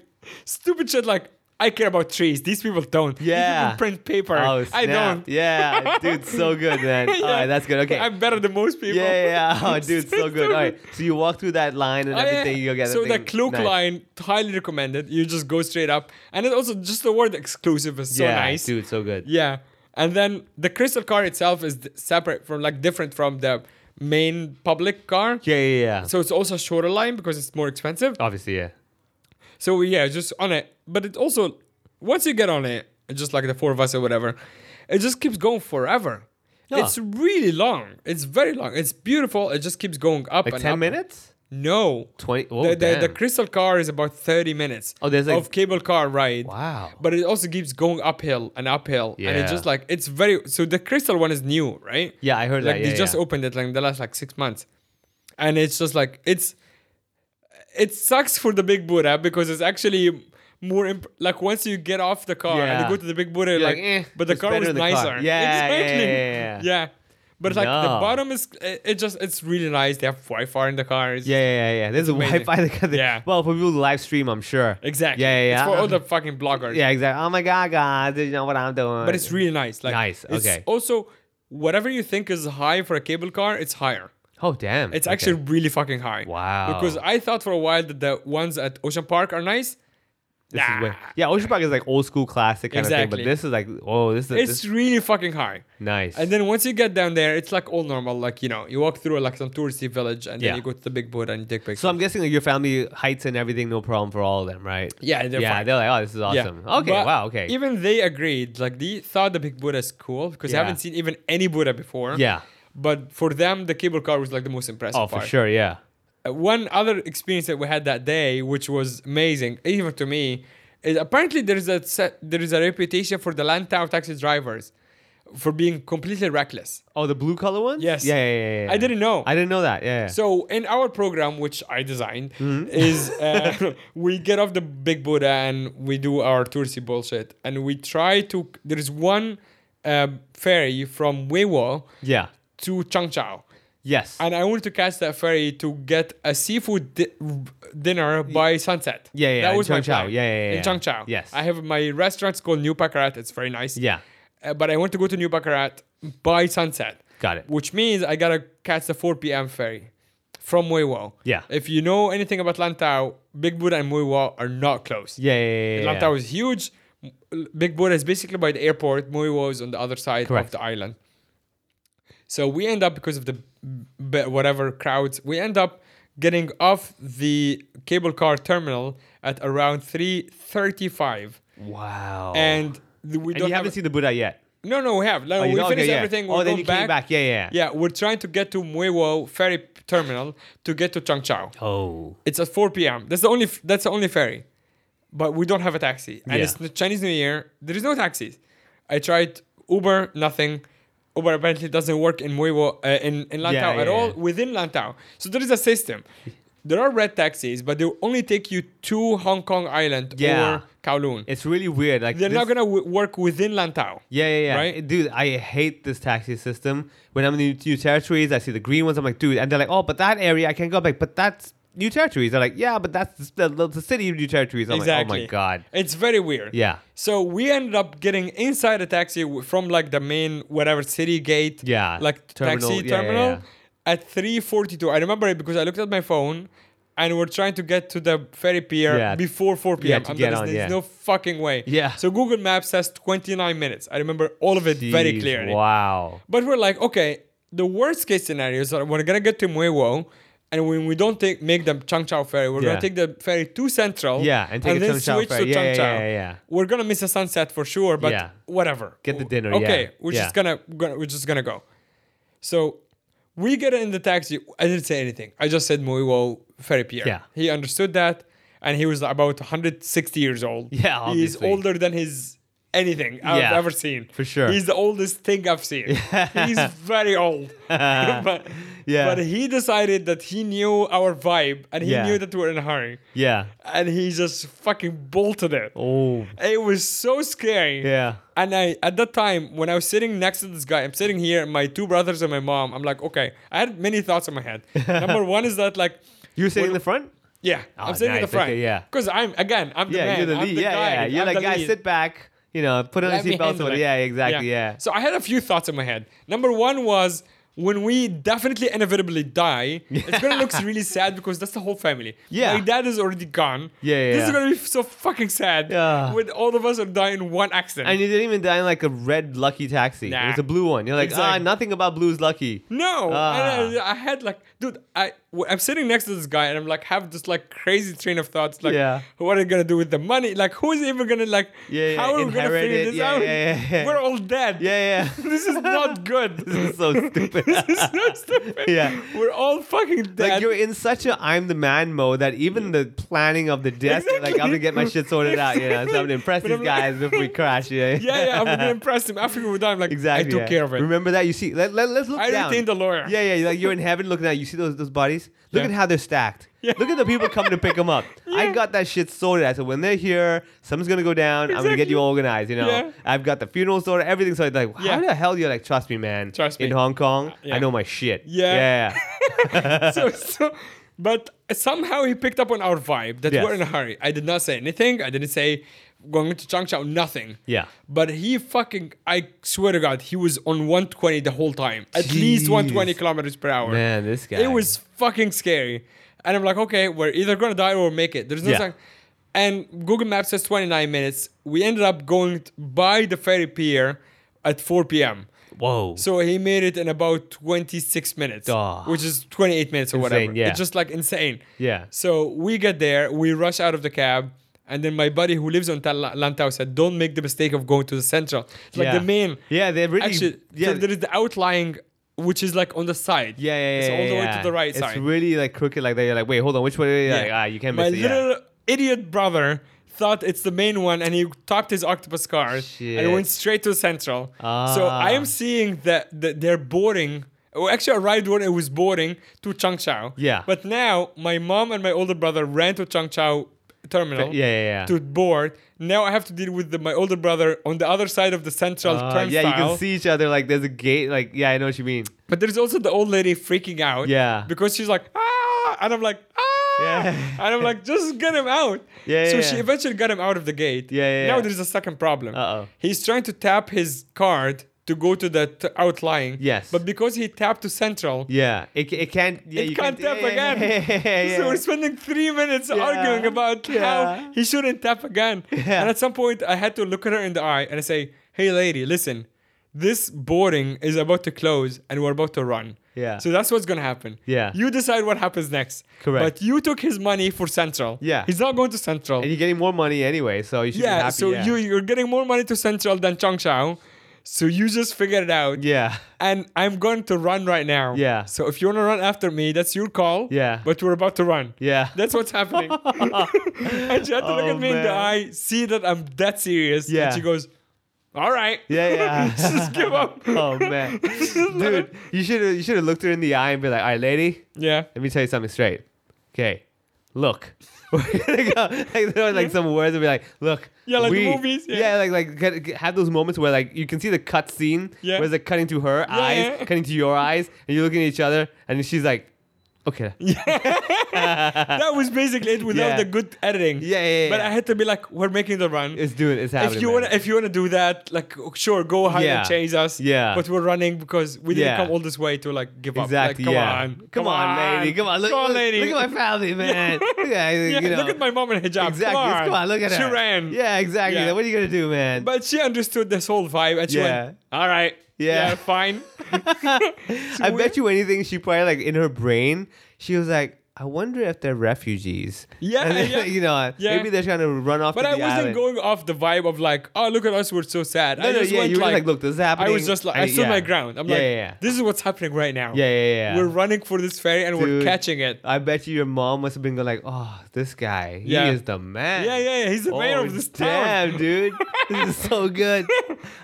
stupid shit like I care about trees. These people don't. These
Yeah.
people print paper.
oh, snap.
I don't.
Yeah, dude, so good, man. All right, that's good. Okay.
I'm better than most people.
yeah, yeah, yeah. Oh, dude, so good. All right. So you walk through that line and
Oh, yeah.
everything. You get
so the
everything.
cloak
Nice.
line highly recommended. You just go straight up, and it also just the word exclusive is so
yeah,
nice.
dude, so good.
Yeah, and then the crystal car itself is d- separate from like different from the main public car.
Yeah, yeah, yeah.
So it's also shorter line because it's more expensive.
Obviously, yeah.
So yeah, just on it. But it also once you get on it, just like the four of us or whatever, it just keeps going forever.
Yeah.
It's really long. It's very long. It's beautiful. It just keeps going up
Like
and
10
up.
minutes?
No.
20 oh,
the, the, the
damn.
crystal car is about 30 minutes
Oh, there's like-
of cable car ride.
Wow.
But it also keeps going uphill and uphill. And
Yeah.
it's just like, it's very. So the crystal one is new, right?
Yeah, I heard
like
that.
they
yeah,
just
yeah.
opened it like in the last like six months and it's just like it's it sucks for the big buddha because it's actually more imp- like once you get off the car and
Yeah.
you go to the big buddha
You're
like,
like, eh,
but the
it's
car
better
was
in the car.
nicer
Yeah, yeah,
exactly
yeah, yeah, yeah.
but like the
No.
bottom is it, it just it's really nice they have wi-fi in the cars
Yeah, yeah, yeah, yeah. There's a
amazing.
Wi-Fi. that got the-
Yeah.
Well, for people who live stream, I'm sure.
exactly
Yeah, yeah, yeah.
it's for all the fucking bloggers
Yeah, exactly. Oh my god, guys, you know what I'm doing.
but it's really nice like
Nice,
it's
okay.
also whatever you think is high for a cable car it's higher
oh damn.
It's
Okay.
actually really fucking high.
Wow.
Because I thought for a while that the ones at Ocean Park are nice.
This is way-
Nah.
yeah, Ocean Park is like old school classic kind of
Exactly.
thing, but this is like oh, this is
It's
this,
really fucking high.
nice.
And then once you get down there, it's like all normal. Like, you know, you walk through like some touristy village and
Yeah.
then you go to the big boat and you take pictures.
so I'm guessing like your family heights and everything, no problem for all of them, right?
Yeah, they're
yeah,
fine.
they're like, oh, this is awesome. Okay,
But
wow, okay,
Even they agreed. Like, they thought the big Buddha is cool because
Yeah.
they haven't seen even any Buddha before.
yeah,
But for them, the cable car was like the most impressive
oh for
part.
sure, yeah,
Uh, one other experience that we had that day, which was amazing, even to me, is apparently there is a se- there is a reputation for the Lantau taxi drivers for being completely reckless.
oh the blue color ones,
Yes.
yeah, yeah, yeah, yeah, yeah.
I didn't know.
I didn't know that, yeah, yeah.
So in our program, which I designed, is uh, we get off the big Buddha and we do our touristy bullshit, and we try to. There is one uh, ferry from Weiwo
yeah,
to Changchao.
Yes.
and I wanted to catch that ferry to get a seafood di- dinner by sunset.
Yeah, yeah,
That
in
was my
Changchou.
plan.
Yeah, yeah, yeah, yeah.
In Changchou.
Yes.
I have my restaurant's called New Baccarat. It's very nice.
yeah.
Uh, but I want to go to New Baccarat by sunset.
Got it.
Which means I gotta catch the 4 p.m. ferry from Muiwa.
Yeah.
If you know anything about Lantau, Big Buddha and Muiwa are not close.
Yeah, yeah, yeah, yeah, yeah.
Lantau is huge. M- Big Buddha is basically by the airport. Muiwa is on the other side
Correct.
of the island. So we end up because of the b- whatever crowds, we end up getting off the cable car terminal at around 3:35,
Wow.
and th-
Oh.
we
And
don't
you
have
haven't seen the Buddha yet.
no, no, we have. No,
Oh, you
we
don't? Okay,
finished
yeah.
everything.
Oh,
We're
then
going
you came back. Yeah, yeah,
Yeah, we're trying to get to Muewo ferry p- terminal to get to Changchao.
Oh.
It's at 4 p.m. That's the only. f- That's the only ferry, but we don't have a taxi. And
Yeah.
it's the Chinese New Year. There is no taxis. I tried Uber, nothing. Uber apparently doesn't work in Muewo uh, in in Lantau
Yeah,
at
yeah,
all
yeah.
within Lantau. So there is a system. There are red taxis, but they will only take you to Hong Kong Island
Yeah.
or Kowloon.
It's really weird. Like
They're
this-
not gonna w- work within Lantau.
Yeah, yeah, yeah.
Right?
Dude, I hate this taxi system. When I'm in the new territories, I see the green ones. I'm like, dude, and they're like, oh, but that area I can go back, but that's new territories. They're like, yeah, but that's the, the, the city of new territories. I'm
exactly.
like, oh my god.
It's very weird.
Yeah.
So we ended up getting inside a taxi w- from like the main whatever city gate.
Yeah,
Like
terminal, yeah,
taxi
yeah,
terminal
yeah.
at 3:42. I remember it because I looked at my phone. And we're trying to get to the ferry pier
Yeah.
before 4 p.m.
to
I'm
get
like,
on,
there's
yeah.
no fucking way.
Yeah.
So Google Maps says 29 minutes. I remember all of it very
Jeez,
clearly.
Wow.
But we're like, okay, the worst case scenario is that we're gonna get to Muewo, and when we don't take make the Changchao ferry, we're
Yeah.
gonna take the ferry to Central.
Yeah, and take the
then
Changchao
switch
ferry.
to
Yeah, yeah,
Changchao.
yeah, yeah, yeah.
We're gonna miss a sunset for sure, but
Yeah.
whatever.
Get the dinner,
Okay,
yeah.
we're
Yeah.
just gonna, gonna we're just gonna go. So we get in the taxi. I didn't say anything. I just said Muewo ferry pier.
Yeah.
He understood that, and he was about 160 years old.
Yeah,
he's
obviously.
older than his. Anything I've
Yeah,
ever seen.
for sure.
He's the oldest thing I've seen. He's very old. but,
Yeah.
but he decided that he knew our vibe and he
Yeah.
knew that we were in a hurry.
Yeah.
And he just fucking bolted it.
Oh.
It was so scary.
Yeah.
And I at that time when I was sitting next to this guy, I'm sitting here, my two brothers and my mom. I'm like, okay. I had many thoughts in my head. Number one is that like
You were sitting in the front?
yeah,
Oh,
I'm sitting in the
nice,
front.
okay, yeah.
Because I'm again, I'm the
Yeah,
man.
you're the
I'm
lead.
the
yeah,
guy.
yeah. You're
I'm
like,
the
guys,
lead.
sit back. You know, put on
Let
your
me
seatbelts. or
handle
whatever.
it.
Yeah, exactly. Yeah.
So I had a few thoughts in my head. Number one was when we definitely inevitably die, it's gonna look really sad because that's the whole family.
Yeah.
My dad is already gone.
Yeah, yeah,
This is
yeah.
gonna be so fucking sad
Yeah.
when all of us are dying in one accident.
And you didn't even die in like a red lucky taxi. It
Nah.
was a blue one. You're like, ah,
Exactly.
nothing about blues lucky.
no,
Ah.
and I, I had like, dude, I w- I'm sitting next to this guy and I'm like, have this like crazy train of thoughts, like,
Yeah.
what are you gonna do with the money? Like, who's even gonna like,
Yeah, yeah,
how are we gonna
inherit
figure
it.
this
Yeah,
out?
yeah, yeah, yeah.
We're all dead.
Yeah, yeah.
This is not good.
this is so stupid.
It's so stupid.
Yeah.
We're all fucking dead.
Like you're in such a I'm the man mode that even the planning of the desk, like I'm gonna get my shit sorted out, you know. So I'm gonna impress
But
these
I'm like-
guys before we crash, yeah.
yeah, yeah, I'm gonna impress him. After we're done, I'm like,
Exactly.
I took
yeah.
care of it.
Remember that? You see, let, let, us look
I
down.
retained a lawyer.
Yeah, yeah. Like you're in heaven looking at you see those those bodies. Look at
Yeah.
how they're stacked. Look at the people coming to pick them up. I got that shit sorted. I said when they're here, something's gonna go down. I'm gonna get
Exactly.
you organized. You know,
Yeah.
I've got the funeral sorted, everything sorted. Like
Yeah.
how the hell you're like, trust me, man.
Trust
In
me. Uh,
Hong Kong, I
yeah.
know my shit.
Yeah.
Yeah.
so, so, but somehow he picked up on our vibe that
Yes.
we're in a hurry. I did not say anything. I didn't say going to Changchao, nothing.
Yeah.
But he fucking, I swear to God, he was on 120 the whole time. At least 120
Jeez.
kilometers per hour.
Man, this guy.
It was fucking scary. And I'm like, okay, we're either gonna die or we'll make it. There's no
Yeah.
sign. And Google Maps says 29 minutes. We ended up going t- by the ferry pier at 4 p.m.
Whoa.
So he made it in about 26 minutes,
Ah.
which is 28 minutes or whatever.
yeah.
It's just like insane.
Yeah.
So we get there, we rush out of the cab, and then my buddy who lives on Tal- Lantau said, "Don't make the mistake of going to the central. It's like
Yeah.
the main.
Yeah, they're really.
Actually,
yeah,
so there is the outlying, which is like on the side.
yeah, yeah, yeah.
It's all the way
yeah.
to the right
it's
side.
really like crooked like that. You're like, wait, hold on, which way? Yeah. Like, ah, you can't
My
miss it.
little
yeah.
idiot brother thought it's the main one, and he topped his octopus card
Shit.
and went straight to central. So
Ah.
I am seeing that, that they're boarding. Well, actually, I arrived when it was boarding to Changchao.
Yeah.
But now my mom and my older brother ran to Changchao terminal.
Yeah, yeah, yeah.
To board. Now I have to deal with the, my older brother on the other side of the central
Uh,
turnstile.
yeah, you can see each other. Like there's a gate. Like yeah, I know what you mean.
But there's also the old lady freaking out.
Yeah.
Because she's like, ah, and I'm like, ah.
Yeah.
And I'm like, just get him out.
Yeah,
So
yeah,
she
yeah.
eventually got him out of the gate.
Yeah, yeah,
Now
yeah.
there's a second problem.
Uh-oh.
He's trying to tap his card to go to the t- outlying.
Yes.
But because he tapped to central,
Yeah, it, ca- it can't. Yeah,
it
you
can't tap again. So we're spending three minutes
Yeah.
arguing about how
Yeah.
he shouldn't tap again. And at some point, I had to look at her in the eye and I say, "Hey, lady, listen, this boarding is about to close and we're about to run.
Yeah.
So that's what's gonna happen.
Yeah.
You decide what happens next.
Correct.
But you took his money for Central.
Yeah.
He's not going to Central.
and you're getting more money anyway, so you should be
yeah.
happy.
So
yeah.
you you're getting more money to Central than Changsha. So you just figure it out
Yeah.
and I'm going to run right now.
Yeah.
So if you want to run after me, that's your call.
Yeah.
But we're about to run.
Yeah.
That's what's happening. and she had to look
Oh,
at me in the
man.
eye, see that I'm that serious.
Yeah.
And she goes, All right.
Yeah, yeah.
Just give up.
oh man, dude, you should have you should have looked her in the eye and be like, "All right, lady,
Yeah.
let me tell you something straight. Okay, look." We're gonna go like, throw, like some words and be like, look,
Yeah, like the
we,
movies, yeah.
yeah. like like get, get- have those moments where like you can see the cut scene,
Yeah.
where it's like cutting to her eyes,
yeah.
cutting to your eyes, and you're looking at each other, and she's like, okay,
That was basically it without
Yeah.
the good editing.
Yeah, yeah, yeah,
But
yeah.
I had to be like, We're making the run.
it's doing, it's happening.
if you
man.
wanna, if you wanna do that, like sure, go ahead
Yeah.
and chase us.
Yeah.
But we're running because we didn't
Yeah.
come all this way to like give
Exactly.
up. Like, come
yeah.
on,
Come, on, lady. Come on. Look,
come on,
look-
lady.
Look at my family, man. yeah,
Yeah,
you know.
look at my mom in hijab.
Exactly.
Come on,
Come on. Look at
she
her.
She ran.
Yeah, exactly.
Yeah.
What are you gonna do, man?
But she understood this whole vibe and she
Yeah.
went, all right.
Yeah.
fine.
I bet you anything. She probably like in her brain, she was like, "I wonder if they're refugees."
Yeah,
And then,
yeah.
you know,
Yeah.
maybe they're trying to run off.
But
to
I
the
wasn't
island.
going off the vibe of like, oh, look at us, we're so sad.
No,
I
no,
just
yeah,
went
you were like, "Look, this is
I was
happening."
just like, I,
I-
stood my
yeah.
ground. I'm
Yeah,
like,
yeah, yeah.
this is what's happening right now.
Yeah, yeah, yeah.
We're running for this ferry and we're
Dude,
catching it.
I bet you your mom must have been going like, "Oh, this guy,
Yeah.
he is the man." Oh,
Yeah, yeah, yeah. He's the mayor of this town.
damn, dude. this is so good.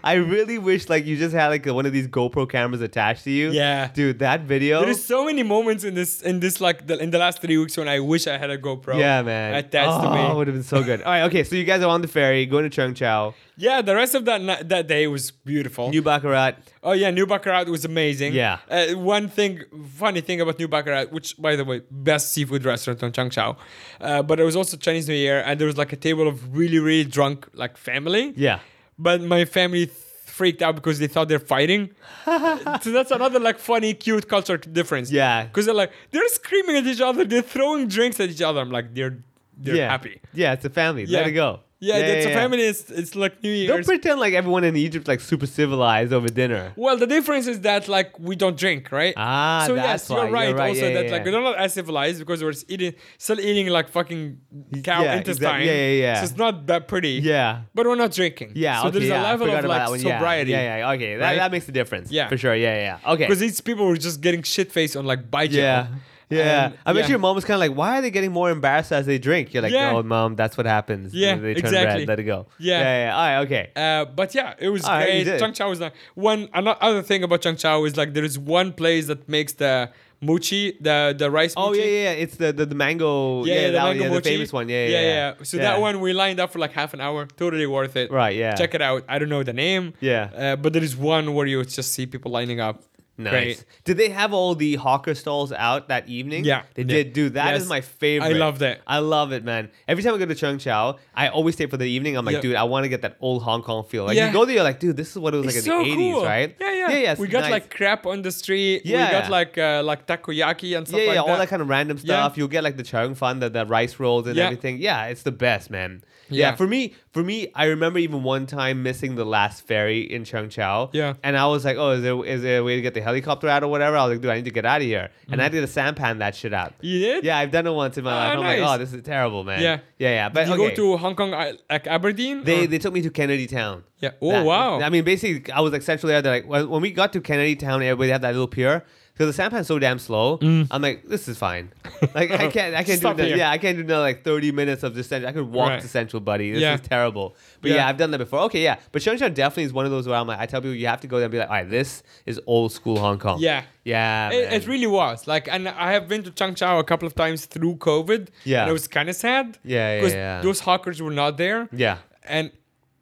I really wish like you just had like one of these GoPro cameras attached to you.
Yeah.
Dude, that video.
There is so many moments in this, in this like, the, in the last three weeks when I wish I had a GoPro.
yeah, man.
Attached
oh,
to me.
would have been so good. All right, okay. So you guys are on the ferry going to Cheung Chao,
Yeah, the rest of that ni- that day was beautiful.
New Baccarat.
oh yeah, New Baccarat was amazing.
Yeah.
Uh, one thing, funny thing about New Baccarat, which by the way, best seafood restaurant on Changsha, uh, but it was also Chinese New Year, and there was like a table of really really drunk like family.
Yeah.
But my family th- freaked out because they thought they're fighting. so that's another like funny, cute culture difference.
Yeah.
Because they're like they're screaming at each other, they're throwing drinks at each other. I'm like they're they're
yeah.
happy.
Yeah, it's a family. Let it go.
Yeah, it's a
yeah.
family. It's, it's like New Year's.
Don't pretend like everyone in Egypt like super civilized over dinner.
Well, the difference is that like we don't drink, right?
Ah,
so yes,
that's
you're
why.
right.
You're right.
Also,
Yeah,
that
yeah,
like
yeah.
we're not as civilized because we're s- eating, still eating like fucking cow
Yeah, exact-
intestine.
yeah, yeah, yeah.
So it's not that pretty.
Yeah.
But we're not drinking.
Yeah.
So
okay,
there's
yeah,
a
I
level
forgot
of
about
like
that one. Yeah,
sobriety.
Yeah, yeah, okay. That,
right?
that makes a difference.
Yeah.
For sure. Yeah, yeah. Okay.
Because these people were just getting shit faced on like baijiu.
Yeah. Yeah.
And-
I bet
yeah.
your mom was kind of like, why are they getting more embarrassed as they drink? You're like,
Yeah.
no, mom, that's what happens.
Yeah,
They turn
exactly.
red, let it go.
Yeah.
Yeah. yeah. All right. Okay.
Uh, but yeah, it was
All right, you
great.
did.
Changchao was like one ano- other thing about Changchao is like there is one place that makes the mochi, the the rice.
Oh,
mochi.
yeah, yeah. yeah. It's the, the, the mango. Yeah,
yeah, the
that one,
mango
yeah,
mochi.
famous one. Yeah, yeah.
yeah, So that
Yeah.
one we lined up for like half an hour. Totally worth it.
Right, yeah.
Check it out. I don't know the name.
Yeah.
Uh, but there is one where you just see people lining up.
Nice.
Great.
Did they have all the hawker stalls out that evening?
Yeah.
They
Yeah.
did, dude. That is
Yes.
my favorite.
I love that.
I love it, man. Every time I go to Chung Chao, I always stay for the evening. I'm like,
Yeah.
dude, I want to get that old Hong Kong feel. Like,
Yeah.
you go there, you're like, dude, this is what it was like
It's
in
so
the 80s,
cool.
right?
Yeah, yeah.
Yeah, yeah. it's
we got
nice.
like crap on the street.
Yeah.
We got like uh, like takoyaki and stuff
yeah, yeah,
like
all that kind of random
Yeah.
stuff. You'll get like the chung fun, the, the rice rolls and
Yeah.
everything. Yeah, it's the best, man. Yeah.
Yeah.
for me, for me, I remember even one time missing the last ferry in Cheung Chao.
Yeah.
and I was like, oh, is there is there a way to get the helicopter out or whatever? I was like, dude, I need to get out of here, and I did a sampan that shit out.
Mm-hmm. You did?
Yeah, I've done it once in my
Ah,
life. I'm
nice.
like, oh, this is terrible, man.
Yeah.
yeah, yeah. But
Did you
okay.
go to Hong Kong, I- like Aberdeen?
They,
or-
they took me to Kennedy Town.
Yeah. Oh,
That-
wow.
I mean, basically, I was like central area. They're like, when, when we got to Kennedy Town area, where they have that little pier, because the sampan's so damn slow. I'm like, this is fine. Like I can't, I can't do
Mm. Stop
that.
here.
Yeah, I can't do another like 30 minutes of just central. I could walk
Right.
to central, buddy. This
Yeah.
is terrible. But yeah.
Yeah.
I've done that before. Okay, yeah. But Shengshan definitely is one of those where I'm like, I tell people you have to go there and be like, all right, this is old school Hong Kong.
Yeah.
yeah.
It,
man.
it really was like, and I have been to Changsha a couple of times through COVID.
Yeah.
and it was kind of sad.
Yeah, yeah,
because
yeah.
those hawkers were not there.
Yeah.
and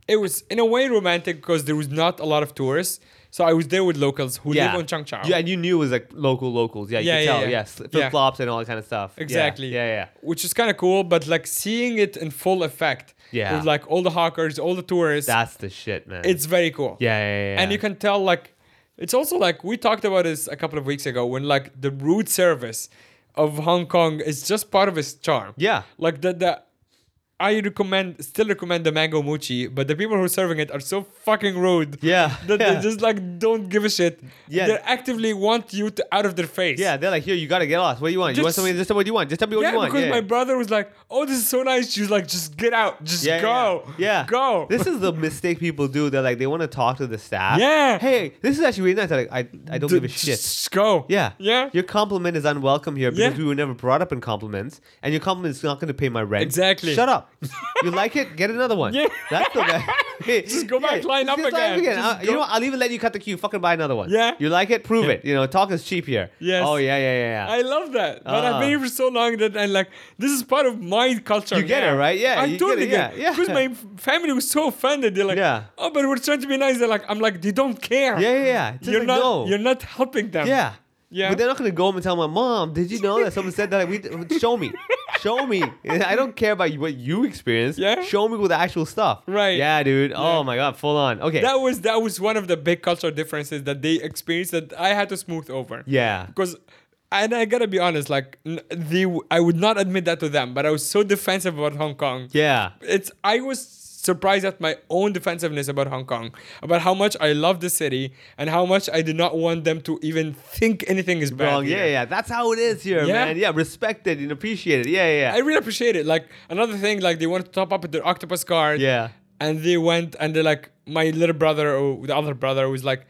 it was in a way romantic because there was not a lot of tourists. So I was there with locals who
yeah.
live on Changsha.
Yeah, and you knew it was like local locals. Yeah, you
Yeah,
could
yeah,
tell.
yeah.
Yeah,
Yeah.
flip flops and all that kind of stuff. Yeah,
Exactly.
Yeah, yeah.
Which is kind of cool, but like seeing it in full effect.
Yeah.
With like all the hawkers, all the tourists.
That's the shit, man.
it's very cool.
yeah, yeah, yeah.
And you can tell like it's also like we talked about this a couple of weeks ago when like the rude service of Hong Kong is just part of its charm.
Yeah.
Like the the I recommend still recommend the mango mochi, but the people who are serving it are so fucking rude.
Yeah,
That they
yeah.
just like don't give a shit.
Yeah.
They actively want you to out of their face.
Yeah, they're like, here, you gotta get lost. What do you want? you want
Just-
something? Just tell me what you want. Just tell me what
Yeah,
you want.
because
yeah.
my brother was like, "Oh, this is so nice." She's like, "Just get out, just
Yeah, yeah,
go,
Yeah, Yeah.
go."
This is the mistake people do. They're like, they want to talk to the staff.
Yeah.
Hey, this is actually really nice. They're like, I, I don't
D-
give a shit.
Just go.
Yeah.
yeah.
Your compliment is unwelcome here because
Yeah.
we were never brought up in compliments, and your compliment is not going to pay my rent.
Exactly.
Shut up. you like it? Get another one.
Yeah.
That's the best. Hey, just
go back, line up
just
again. Just
Uh, you know what? I'll even let you cut the queue. Fucking buy another one.
Yeah.
You like it? Prove it. You know, talk is cheap here.
Yes.
Oh yeah, yeah, yeah, yeah.
I love that. But I've been
Ah.
here for so long that I like this is part of my culture.
You get it,
now.
right? Yeah,
I
you get
totally
it,
get it.
yeah, yeah.
Because my f- family was so offended. They're like,
Yeah.
oh, but we're trying to be nice. They're like, I'm like, they don't care.
yeah, yeah, yeah. Just
you're
like,
not.
no.
You're not helping them.
Yeah.
Yeah.
But they're not gonna go home and tell my mom, did you know that someone said that? Like, we show me. Show me. I don't care about what you experienced.
Yeah.
Show me with the actual stuff.
Right.
Yeah, dude. Oh my god, full on. Okay.
That was that was one of the big cultural differences that they experienced that I had to smooth over.
yeah.
because and I gotta be honest, like n- they, w- I would not admit that to them, but I was so defensive about Hong Kong.
Yeah.
it's I was surprised at my own defensiveness about Hong Kong, about how much I love the city and how much I do not want them to even think anything is bad.
Wrong. Yeah,
here.
yeah. That's how it is here,
Yeah.
man. Yeah, respected and appreciated. Yeah, yeah.
I really appreciate it. Like another thing, like they wanted to top up with their octopus card.
Yeah.
And they went and they like my little brother or the other brother was like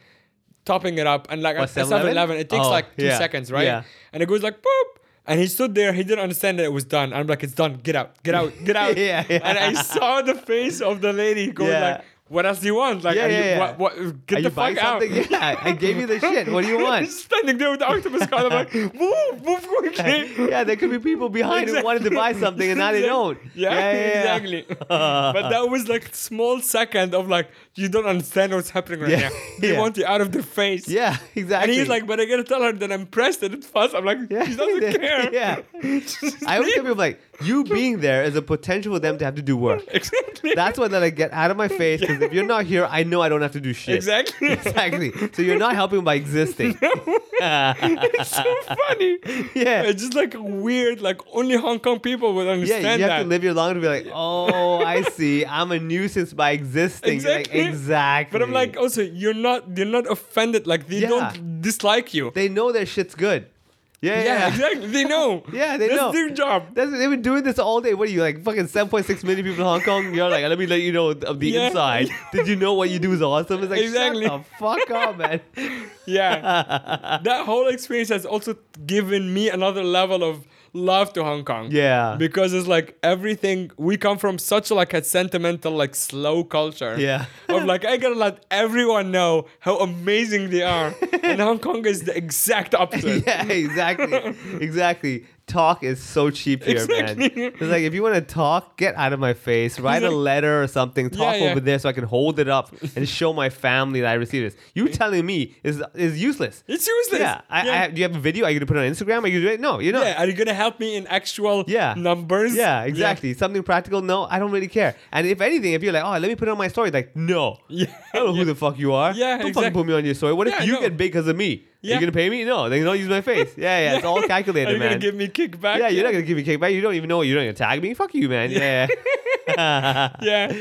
topping it up and like
What,
at 7
7-Eleven?
Eleven it takes
Oh,
like two
yeah.
seconds, right?
Yeah.
And it goes like boop. And he stood there, he didn't understand that it was done. I'm like, it's done, get out, get out, get out.
Yeah, yeah.
And I saw the face of the lady going
Yeah.
like, what else do you want? Like,
Yeah,
are you-
yeah, yeah.
What, what, get
Are
the
you
fuck
buying
out.
something? Yeah. I gave you the shit. What do you
He's
want?
Standing there with the octopus card, I'm like, move, move quickly.
yeah, there could be people behind who wanted to buy something and now they don't.
Yeah, exactly. but
Uh-huh.
that was like small second of like you don't understand what's happening right
Yeah,
now. They
yeah.
want you out of their face.
Yeah, exactly.
And he's like, but I gotta tell her that I'm pressed and it's fast. I'm like, she doesn't care.
Yeah. I always tell people like, you being there is a potential for them to have to do work.
Exactly.
That's why they're like, get out of my face because if you're not here, I know I don't have to do shit.
exactly.
Exactly. So you're not helping by existing.
it's so funny.
Yeah.
It's just like weird, like only Hong Kong people would
Yeah,
understand
you have
that.
to live your long to be like, oh, I see. I'm a nuisance by existing. You're like,
Exactly.
exactly.
but I'm like, oh, also, you're not you're not offended, like they
Yeah.
don't dislike you.
they know their shit's good. Yeah, yeah,
yeah, exactly. They know.
Yeah, they
That's
know.
their job.
That's, they've been doing this all day. What are you like? Fucking 7.6 million people in Hong Kong. You're like, let me let you know of the
Yeah.
inside. Did you know what you do is awesome? It's like,
Exactly.
shut the fuck up, man.
Yeah. that whole experience has also given me another level of love to Hong Kong.
Yeah.
Because it's like everything we come from such like a sentimental, like slow culture.
Yeah.
Of like I gotta let everyone know how amazing they are. and Hong Kong is the exact opposite.
yeah, exactly, exactly. Talk is so cheap here,
Exactly.
man. It's like if you want to talk, get out of my face. Write a
Exactly.
letter or something. Talk
yeah.
over there so I can hold it up and show my family that I received this. You telling me is is useless.
It's useless.
Yeah. I, I, do you have a video? Are you gonna put it on Instagram? Are you doing? No, you're not.
Yeah, Are you gonna help me in actual
yeah
numbers?
yeah exactly something practical no i don't really care and if anything if you're like oh let me put it on my story like no
Yeah.
i don't know who the fuck you are
Yeah,
don't
exact-
fucking put me on your story what
Yeah,
if you
no.
get big because of me
Yeah.
you gonna pay me no they don't use my face yeah yeah, it's all
Are
calculated
you
man
gonna give me kickback?
yeah you're not gonna give me kickback you don't even know you're not gonna tag me fuck you man yeah,
Yeah.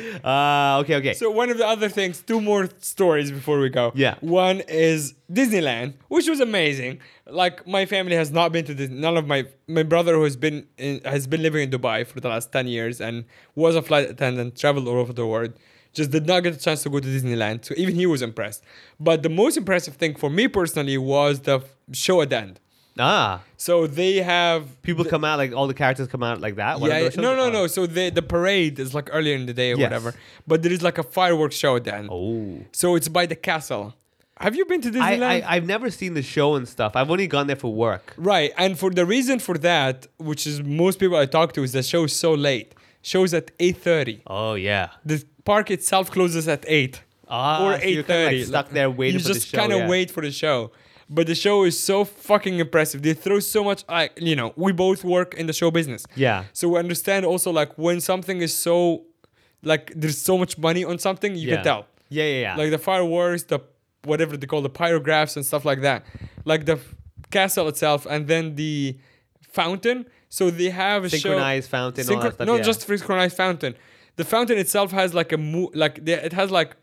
uh okay okay
So one of the other things, two more stories before we go.
Yeah.
One is Disneyland, which was amazing. Like my family has not been to Disney. None of my my brother who has been in, has been living in Dubai for the last ten years and was a flight attendant, traveled all over the world. Just did not get a chance to go to Disneyland, so even he was impressed. But the most impressive thing for me personally was the show at the end.
Ah,
So they have
people come out like all the characters come out like that. one of
yeah,
those
no,
shows?
no,
Oh.
no. So the the parade is like earlier in the day or
Yes.
whatever, but there is like a fireworks show at the end.
Oh.
So it's by the castle. Have you been to Disneyland?
I, I I've never seen the show and stuff. I've only gone there for work.
Right, and for the reason for that, which is most people I talk to, is the show's so late. Show's at eight thirty.
Oh yeah.
The park itself closes at eight
Ah,
or
so you're
eight
kinda, like,
thirty.
stuck there waiting
You
for the
just
show,
kind of
yeah.
wait for the show. But the show is so fucking impressive. They throw so much. I, you know, we both work in the show business.
Yeah.
So we understand also like when something is so, like there's so much money on something, you
Yeah.
can tell
Yeah, yeah, yeah.
like the fireworks, the whatever they call the pyrographs and stuff like that, like the f- castle itself, and then the fountain. So they have a show-
Synchronized fountain, all that stuff,
no,
yeah.
just synchronized fountain. The fountain itself has like a mo- like the, it has like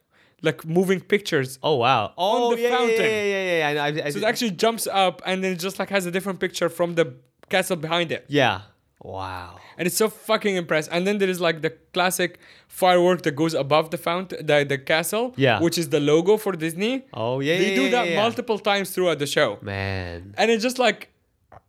like moving pictures.
oh wow. Oh
the
yeah, yeah, yeah,
fountain.
yeah, yeah, yeah. I know, I, I,
So it actually jumps up and then it just like has a different picture from the castle behind it.
Yeah. Wow.
and it's so fucking impressive. And then there is like the classic firework that goes above the fountain, the, the castle,
Yeah.
which is the logo for Disney.
Oh, yeah,
they
yeah,
do
yeah,
that
yeah, yeah.
multiple times throughout the show,
Man.
and it's just like,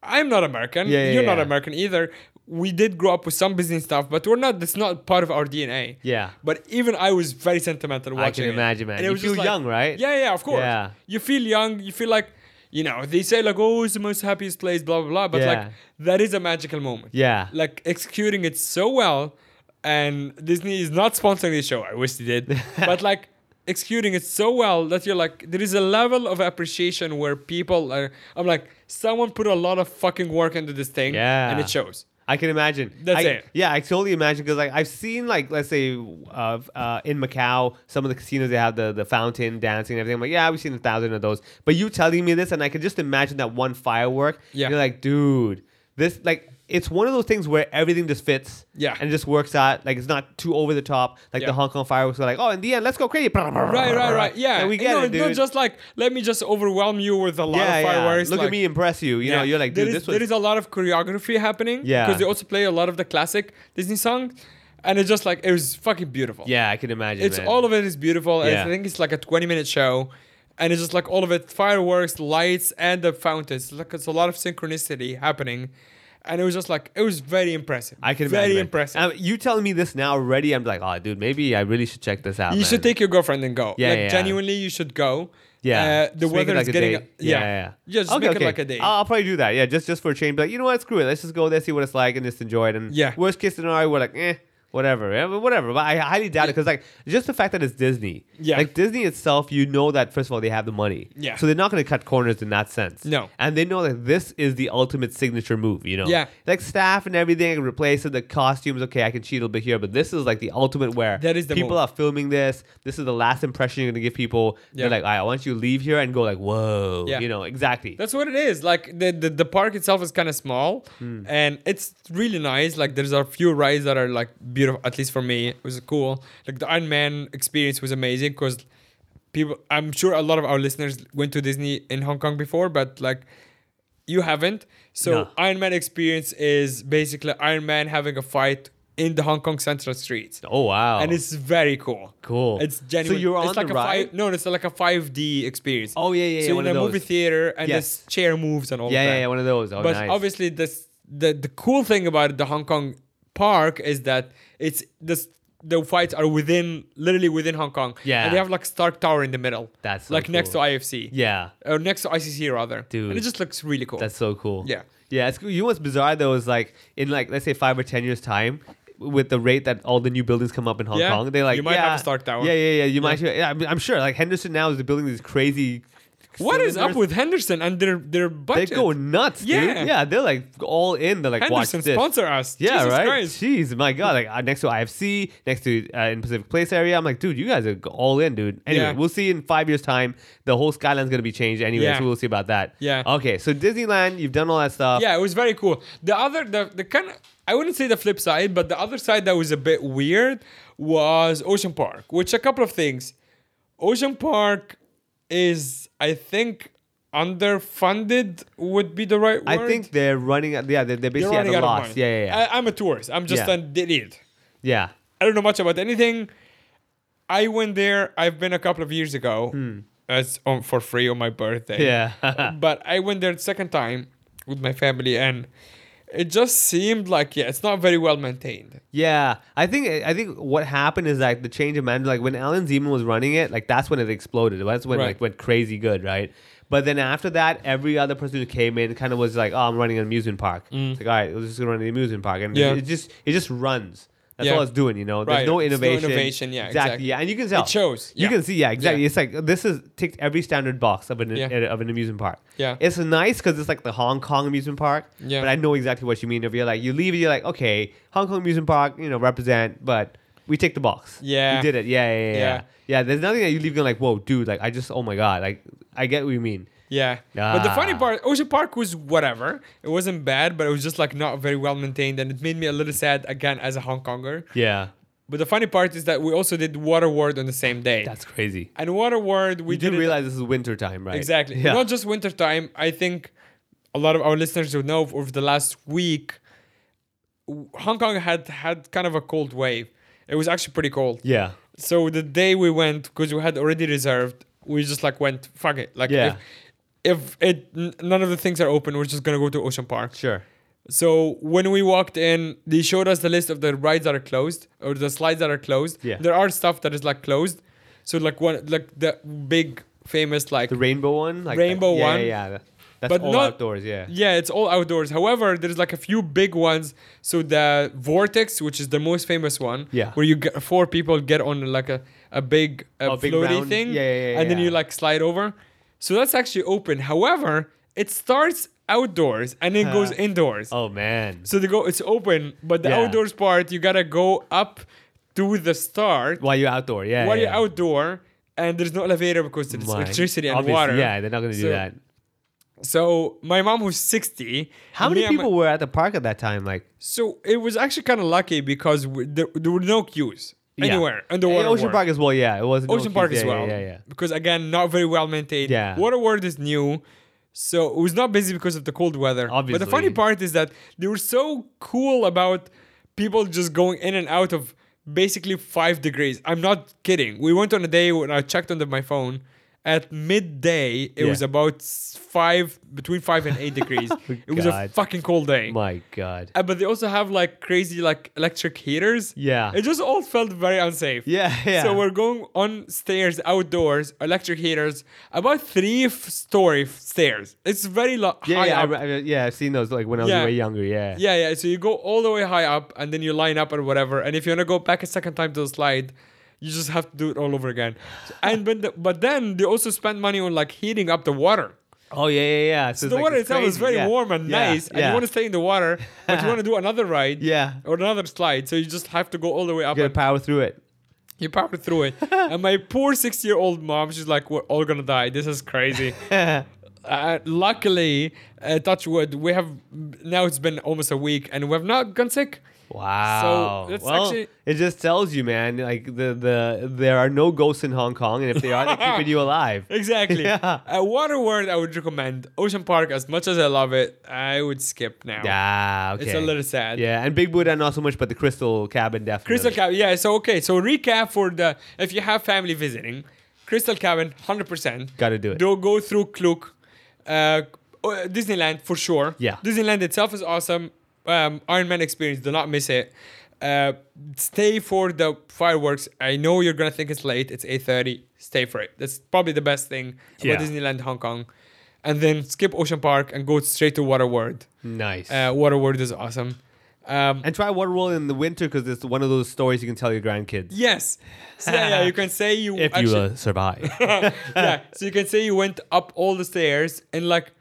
I'm not American.
Yeah, yeah,
you're not
yeah.
American either. We did grow up with some Disney stuff, but we're not. That's not part of our DNA.
Yeah.
But even I was very sentimental watching. it.
imagine, man.
And it
You
was just
feel
like-
young, right?
Yeah, yeah, of course.
Yeah.
You feel young. You feel like, you know, they say like, oh, it's the most happiest place, blah blah blah. But
Yeah.
like, that is a magical moment
Yeah.
like executing it so well and disney is not sponsoring the show i wish they did but like executing it so well that you're like there is a level of appreciation where people are i'm like someone put a lot of fucking work into this thing
Yeah.
and it shows
I can imagine.
That's
I-
it.
Yeah, I totally imagine because like I've seen like let's say uh, uh, in Macau some of the casinos they have the, the fountain dancing and everything. I'm like, yeah, we've seen a thousand of those. But you telling me this, and I can just imagine that one firework.
Yeah.
You're like, dude, this like it's one of those things where everything just fits.
Yeah.
And it just works out. Like it's not too over the top. Like
Yeah.
the Hong Kong fireworks are like, oh, in the end, let's go crazy. Right,
right right right yeah
we get
no,
it, dude.
not just like let me just overwhelm you with a lot
yeah,
of fireworks
yeah. Look
like-
at me impress you. You know, you're like,
there
dude,
is-
this was
there is a lot of choreography happening.
Yeah.
because they also play a lot of the classic Disney songs, and it's just like it was fucking beautiful.
yeah, I can imagine.
it's
man.
all of it is beautiful. and
Yeah.
I think it's like a 20 minute show. And it's just like all of it fireworks, lights, and the fountains. Like it's a lot of synchronicity happening. And it was just like, it was very impressive.
I can
Very
imagine. man.
impressive.
Um, you telling me this now already, I'm like, oh, dude, maybe I really should check this out.
you should
man."
take your girlfriend and go.
Yeah,
like,
yeah, yeah.
genuinely, you should go.
Yeah,
Uh, the
Just make
weather
it like
is
a
getting.
date. yeah, yeah,
Yeah, just
okay,
make
okay.
it like a day.
I'll, I'll probably do that. Yeah, just just for a change. But like, you know what? Screw it. Let's just go there, see what it's like, and just enjoy it. And
Yeah.
worst case scenario, we're like, eh, whatever, eh, but whatever. But I highly doubt it because like just the fact that it's Disney.
Yeah.
Like Disney itself, you know that first of all they have the money.
Yeah.
So they're not going to cut corners in that sense.
No.
And they know that this is the ultimate signature move. You know.
Yeah.
Like staff and everything, I can replace it. The costumes, okay, I can cheat a little bit here, but this is like the ultimate where
That is the
people
move.
are filming this. This is the last impression you're gonna give people.
Yeah.
They're like, "All right, I want you to leave here and go like, whoa,
Yeah.
you know, exactly.
That's what it is. Like the the, the park itself is kind of small, and it's really nice. Like there's a few rides that are like beautiful. At least for me, it was cool. Like the Iron Man experience was amazing because people. I'm sure a lot of our listeners went to Disney in Hong Kong before, but like you haven't. So
No.
Iron Man experience is basically Iron Man having a fight in the Hong Kong Central Streets.
oh wow,
And it's very cool.
Cool.
It's
So
genuine.
you're on
it's like
the
a
ride?
Five, no, it's like a 5D experience.
Oh, yeah, yeah, yeah,
So
one
in a
of
movie
those.
theater and
Yes.
this chair moves and all
yeah,
that.
yeah, yeah, one of those. Oh,
but
nice.
obviously, this the the cool thing about the Hong Kong park is that it's this. The fights are within, literally within Hong Kong.
Yeah.
And they have like Stark Tower in the middle.
That's so
like next to
cool.
IFC.
yeah,
Or next to ICC rather.
Dude.
And it just looks really cool.
that's so cool.
Yeah.
yeah. It's cool. You know what's bizarre though is like in like let's say five or ten years time. With the rate that all the new buildings come up in Hong
Yeah.
Kong, they like
You might have a
yeah,
Stark Tower.
Yeah, yeah, yeah. You might. Yeah, I'm, I'm sure. Like Henderson now is building these crazy.
what is up
cylinders.
with Henderson and their their
They
budget?
go nuts, dude.
Yeah.
Yeah, they're like all in. They're like,
Henderson
watch this.
sponsor us.
Yeah,
Jesus
right.
Christ.
Jeez, my god! Like uh, next to IFC, next to uh, in Pacific Place area, I'm like, dude, you guys are g- all in, dude. Anyway,
Yeah.
we'll see in five years' time. The whole skyline's gonna be changed anyway,
Yeah.
so we'll see about that.
Yeah.
Okay, so Disneyland, you've done all that stuff.
yeah, it was very cool. The other, the the kind of, I wouldn't say the flip side, but the other side that was a bit weird was Ocean Park, which a couple of things. Ocean Park is, I think, underfunded would be the right word.
I think they're running. At, yeah, they're, they're
You're
basically at
running
a
out of
loss.
money. Uh,
Yeah, yeah, yeah.
I, I'm a tourist. I'm just
Yeah.
an idiot.
yeah.
I don't know much about anything. I went there. I've been a couple of years ago. as on for free on my birthday.
Hmm. Yeah.
but I went there the second time with my family, and it just seemed like yeah, it's not very well maintained.
Yeah, I think I think what happened is like the change of manager, like when Alan Zeman was running it, like that's when it exploded. That's when
Right.
like went crazy good, right? But then after that, every other person who came in kind of was like, "Oh, I'm running an amusement park." It's like, all right, let's just go run an amusement park, and
Mm. Yeah.
it just it just runs. That's
Yeah.
all it's doing, you know. There's
Right.
no
There's no
innovation.
innovation, yeah, exactly.
Yeah, and you can tell
It shows,
You
yeah.
can see. Yeah, exactly.
Yeah.
It's like this is ticked every standard box of an
Yeah.
of an amusement park.
Yeah.
it's nice because it's like the Hong Kong amusement park.
Yeah.
but I know exactly what you mean. If you're like, you leave it, you're like, okay, Hong Kong amusement park, you know, represent, but we tick the box.
Yeah.
we did it. Yeah, yeah, yeah. Yeah,
Yeah.
Yeah, there's nothing that you leave going like, whoa, dude, like I just, oh my god, like I get what you mean.
Yeah. But the funny
Ah.
part, Ocean Park was whatever. It wasn't bad, but it was just like not very well maintained, and it made me a little sad again as a Hong Konger.
Yeah,
But the funny part is that we also did Waterworld on the same day.
that's crazy.
and Waterworld, we
You do
did it-
realize this is winter time, right?
Exactly.
Yeah.
Not just wintertime. I think a lot of our listeners would know over the last week, w- Hong Kong had had kind of a cold wave. It was actually pretty cold.
yeah.
So the day we went, because we had already reserved, we just like went, fuck it. Like,
Yeah.
if, if it n- none of the things are open, we're just going to go to Ocean Park.
Sure.
So when we walked in, they showed us the list of the rides that are closed or the slides that are closed.
Yeah.
There are stuff that is like closed. So like one, like the big famous like
The rainbow one, like
Rainbow
yeah,
one.
Yeah, yeah. That's
But
all
not-
outdoors. Yeah.
Yeah, it's all outdoors. However, there's like a few big ones. So the vortex, which is the most famous one,
Yeah.
where you get four people get on like a a big a
Oh, big
floaty
round.
thing,
Yeah, yeah, yeah,
and then
yeah.
you like slide over. So that's actually open. However, it starts outdoors and it goes indoors.
Oh man.
So they go, it's open, but the
Yeah.
outdoors part you gotta go up to the start
While you're outdoor, yeah.
while
yeah.
you're outdoor. And there's no elevator because it's
My-
electricity and
obviously,
water.
Yeah, they're not gonna do
So-
that.
So my mom, who's 60,
How
me
many
and my-
people were at the park at that time? Like
So it was actually kind of lucky because we, there, there were no queues
yeah.
anywhere in the
And
water.
Ocean
world.
Park as well. Yeah, it was no
Ocean Park
queues,
as
yeah,
well.
Yeah, yeah. yeah.
Because again, not very well maintained.
Yeah.
Waterworld is new. So it was not busy because of the cold weather. But the funny
Obviously.
part is that they were so cool about people just going in and out of basically five degrees. I'm not kidding. We went on a day when I checked on the, my phone. At midday, it
Yeah. Oh,
was about s- five, between five and eight degrees. it was a
God.
fucking cold day.
My God.
Uh, but they also have like crazy like electric heaters.
Yeah.
It just all felt very unsafe.
Yeah, yeah.
So we're going on stairs outdoors, electric heaters, about three f- story f- stairs. It's very lo-
yeah,
high
yeah, I
up.
re- I, yeah. I've seen those like when I was
Yeah.
way younger. Yeah.
yeah, yeah. So you go all the way high up, and then you line up or whatever. And if you wanna go back a second time to the slide, you just have to do it all over again. and but the, but then they also spend money on like heating up the water.
Oh yeah, yeah, yeah. So it's
the
like-
water
it's
itself is
crazy,
very
yeah.
warm and
Yeah,
nice, and
yeah.
you want to stay in the water, but you want to do another ride,
Yeah.
or another slide. So you just have to go all the way up.
You gotta
and
power through it.
you power through it. and my poor six-year-old mom, she's like, "We're all gonna die. This is crazy." uh, luckily, uh, touch wood, we have now it's been almost a week, and we have not gone sick.
Wow.
that's
well,
actually-
it just tells you, man. Like the the there are no ghosts in Hong Kong, and if they are, they're keeping you alive.
Exactly.
Yeah.
Uh, Waterworld, I would recommend. Ocean Park, as much as I love it, I would skip now.
Yeah. Okay.
It's a little sad.
Yeah, and Big Buddha not so much, but the Crystal Cabin definitely.
Crystal Cabin. Yeah. So okay. So recap for the if you have family visiting, Crystal Cabin, hundred percent.
Gotta do it.
Don't go through Klook, uh, oh, Disneyland for sure.
Yeah.
Disneyland itself is awesome. Um, Iron Man experience. Do not miss it. Uh, stay for the fireworks. I know you're gonna think it's late. It's eight thirty. Stay for it. That's probably the best thing
Yeah.
about Disneyland Hong Kong. And then skip Ocean Park and go straight to Waterworld.
Nice.
Uh, Waterworld is awesome. Um,
and try Waterworld in the winter because it's one of those stories you can tell your grandkids
Yes. So, yeah, yeah, you can say you
if you
actually-
uh, survive.
yeah, so you can say you went up all the stairs and like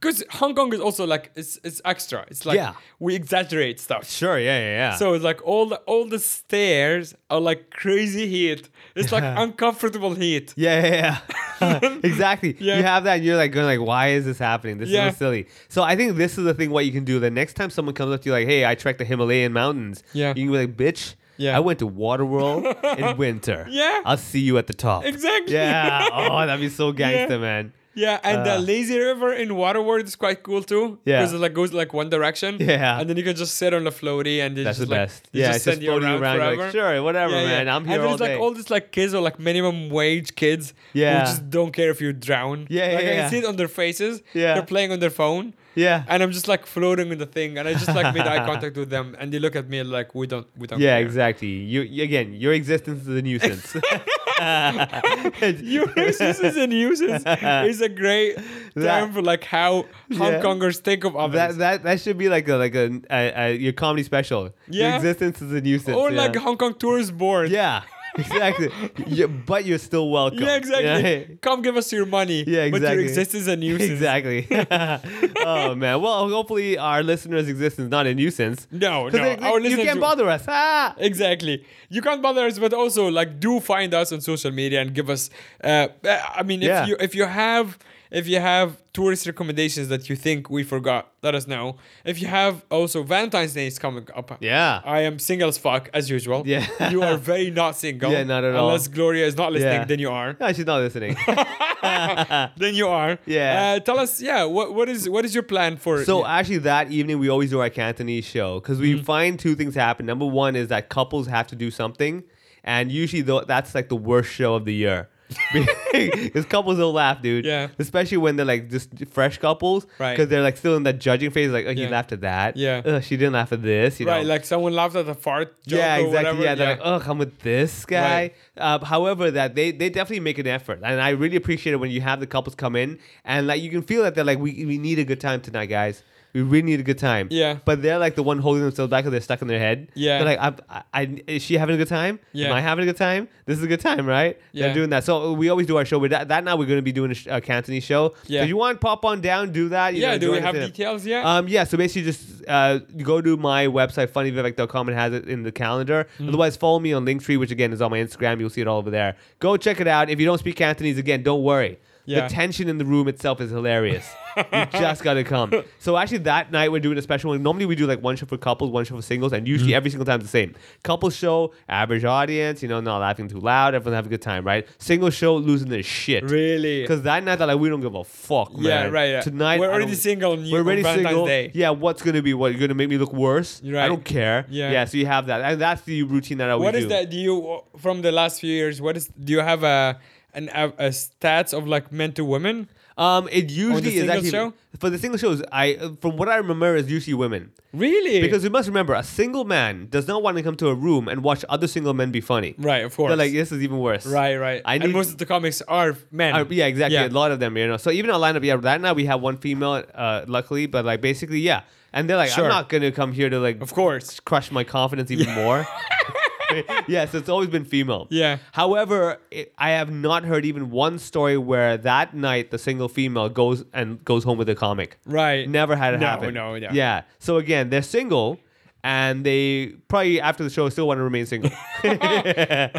cuz Hong Kong is also like it's it's extra. It's like
Yeah.
we exaggerate stuff.
sure. Yeah. Yeah. Yeah.
So it's like all the all the stairs are like crazy heat. It's like uncomfortable heat.
Yeah, yeah, yeah. exactly.
Yeah.
You have that, and you're like going like, "Why is this happening? This
Yeah.
is so silly." So I think this is the thing. What you can do the next time someone comes up to you like, "Hey, I trekked the Himalayan mountains,"
Yeah.
you can be like, "Bitch,
Yeah.
I went to Waterworld in winter.
Yeah.
I'll see you at the top."
Exactly.
Yeah. Oh, that'd be so gangster, man.
Yeah, and
Uh.
the lazy river in Waterworld is quite cool too.
Yeah.
because it like goes like one direction.
Yeah.
and then you can just sit on the floaty and they
That's the
just, like,
best.
they
Yeah,
just
it's
send
just floating
you around,
around. you're
forever.
like, sure, whatever,
Yeah,
man.
yeah.
I'm here
and
all
there's
day.
like all these like kids or like minimum wage kids.
Yeah.
who just don't care if you drown.
Yeah,
like,
yeah,
I can
yeah.
see it on their faces.
Yeah.
they're playing on their phone.
yeah.
And I'm just like floating in the thing, and I just like made eye contact with them, and they look at me like we don't, we don't.
yeah,
care.
exactly. You, you again, your existence is a nuisance.
Your racism and uses is a great
That-
term for like how Hong
Yeah.
Kongers think of others.
that that that should be like a like a, a, a your comedy special.
Yeah.
Your existence is a nuisance.
or
yeah.
like Hong Kong tourist board.
Yeah, exactly. You- but you're still welcome.
Yeah, exactly.
Yeah.
Come give us your money.
Yeah,
But
exactly.
your existence is a nuisance.
Exactly. oh man. Well, hopefully our listeners' existence is not a nuisance.
No,
'Cause
no.
they- they-
our
you
listeners
can't
will-
bother us. Ah.
Exactly. You can't bother us, but also like do find us on social media and give us. Uh, uh, I mean, if
Yeah.
you if you have if you have tourist recommendations that you think we forgot, let us know. If you have also Valentine's Day is coming up.
Yeah.
I am single as fuck as usual.
Yeah.
you are very not single.
Yeah, not at all.
Unless Gloria is not listening,
Yeah.
then you are.
No, she's not listening.
Then you are.
Yeah.
Uh, tell us. Yeah. What what is what is your plan for?
So actually, that evening we always do our Cantonese show because
Mm-hmm.
we find two things happen. Number one is that couples have to do something, and usually though that's like the worst show of the year. Because couples don't laugh, dude.
Yeah.
Especially when they're like just fresh couples,
Right.
Because they're like still in that judging phase. Like, oh, he
Yeah.
laughed at that.
Yeah.
Ugh, she didn't laugh at this. You
right,
know?
like someone laughed at the fart. Joke
yeah,
or
exactly.
Whatever.
Yeah, they're like, "Oh, ugh, I'm with this guy.
Right.
Uh, however, that they they definitely make an effort, and I really appreciate it when you have the couples come in and like you can feel that they're like, we we need a good time tonight, guys. We really need a good time.
Yeah.
But they're like the one holding themselves back because they're stuck in their head.
Yeah.
They're like, I, I, I is she having a good time?
Yeah.
Am I having a good time? This is a good time, right?
Yeah.
They're doing that. So we always do our show. But that, that now we're going to be doing a, sh- a Cantonese show.
Yeah.
If you want, pop on down, do that. You
Yeah,
know,
do we
join us
have
in.
details yet?
Um, yeah, so basically just uh, go to my website, funnyvivek.com, and has it in the calendar.
Mm-hmm.
Otherwise, follow me on Linktree, which again is on my Instagram. You'll see it all over there. Go check it out. If you don't speak Cantonese, again, don't worry.
Yeah.
The tension in the room itself is hilarious. you just gotta come. So actually, that night we're doing a special one. Normally we do like one show for couples, one show for singles, and
Mm-hmm.
usually every single time it's the same. Couple show, average audience, you know, not laughing too loud, everyone have a good time, right? Single show, losing their shit.
Really?
Because that night, they're like, we don't give a fuck,
Yeah,
man.
right, yeah.
Tonight,
We're
I
already
don't-
single on-
We're
on
already
Valentine's
single.
Day.
Yeah, what's gonna be what? You're gonna make me look worse?
Right.
I don't care.
Yeah.
yeah. So you have that, and that's the routine that I would
What
do.
is that? Do you from the last few years? What is? Do you have a an a, a stats of like men to women?
Um, it usually is
single
actually
show?
for the single shows. I uh, from what I remember is usually women.
Really?
Because you must remember, a single man does not want to come to a room and watch other single men be funny.
Right, of course.
They're like, this is even worse.
right, right.
I
and
need-
most of the comics are men.
Uh, yeah, exactly.
Yeah.
A lot of them, you know. So even our lineup, yeah, right now we have one female, uh, luckily, but like basically, yeah. And they're like,
Sure.
I'm not gonna come here to like,
Of course.
crush my confidence even more. yeah, so it's always been female.
Yeah.
However, it, I have not heard even one story where that night the single female goes and goes home with a comic.
Right.
Never had it
No,
happen.
no, no.
Yeah. So again, they're single. And they probably after the show still want to remain single.
I
yeah.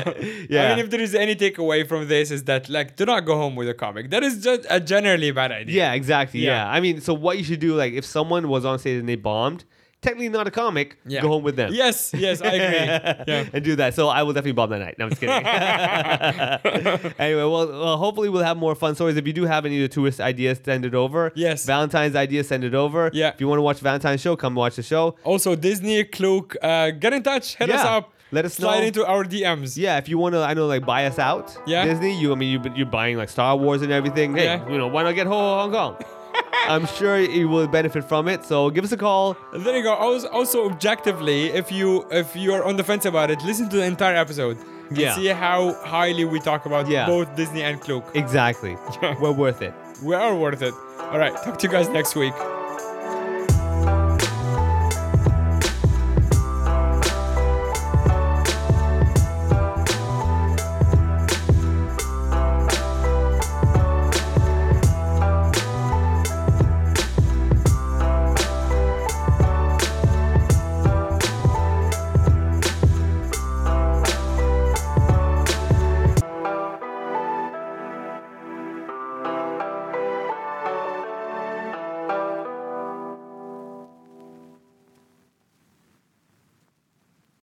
mean, if there is any takeaway from this, is that like do not go home with a comic. That is just a generally bad idea.
Yeah, exactly.
Yeah.
Yeah. I mean, so what you should do, like, if someone was on stage and they bombed, technically not a comic,
Yeah.
go home with them.
Yes, yes, I agree. yeah.
and do that. So I will definitely bomb that night. No, I'm just kidding. anyway, well, well, hopefully we'll have more fun stories. If you do have any of the tourist ideas, send it over.
Yes.
Valentine's ideas, send it over.
Yeah.
If you want to watch Valentine's show, come watch the show.
Also, Disney, Cloak, uh, get in touch. Hit us
Yeah.
up.
Let us
slide
know.
into our DMs.
Yeah, if you want to, I know, like buy us out.
Yeah.
Disney, you, I mean, you, you're buying like Star Wars and everything. Hey,
Yeah.
you know, why not get Ho Ho Hong Kong? I'm sure you will benefit from it. So give us a call.
There you go. Also, also objectively, if you if you're on the fence about it, listen to the entire episode. and
Yeah.
see how highly we talk about
Yeah.
both Disney and Cloak.
Exactly. We're worth it.
We are worth it. All right. Talk to you guys next week.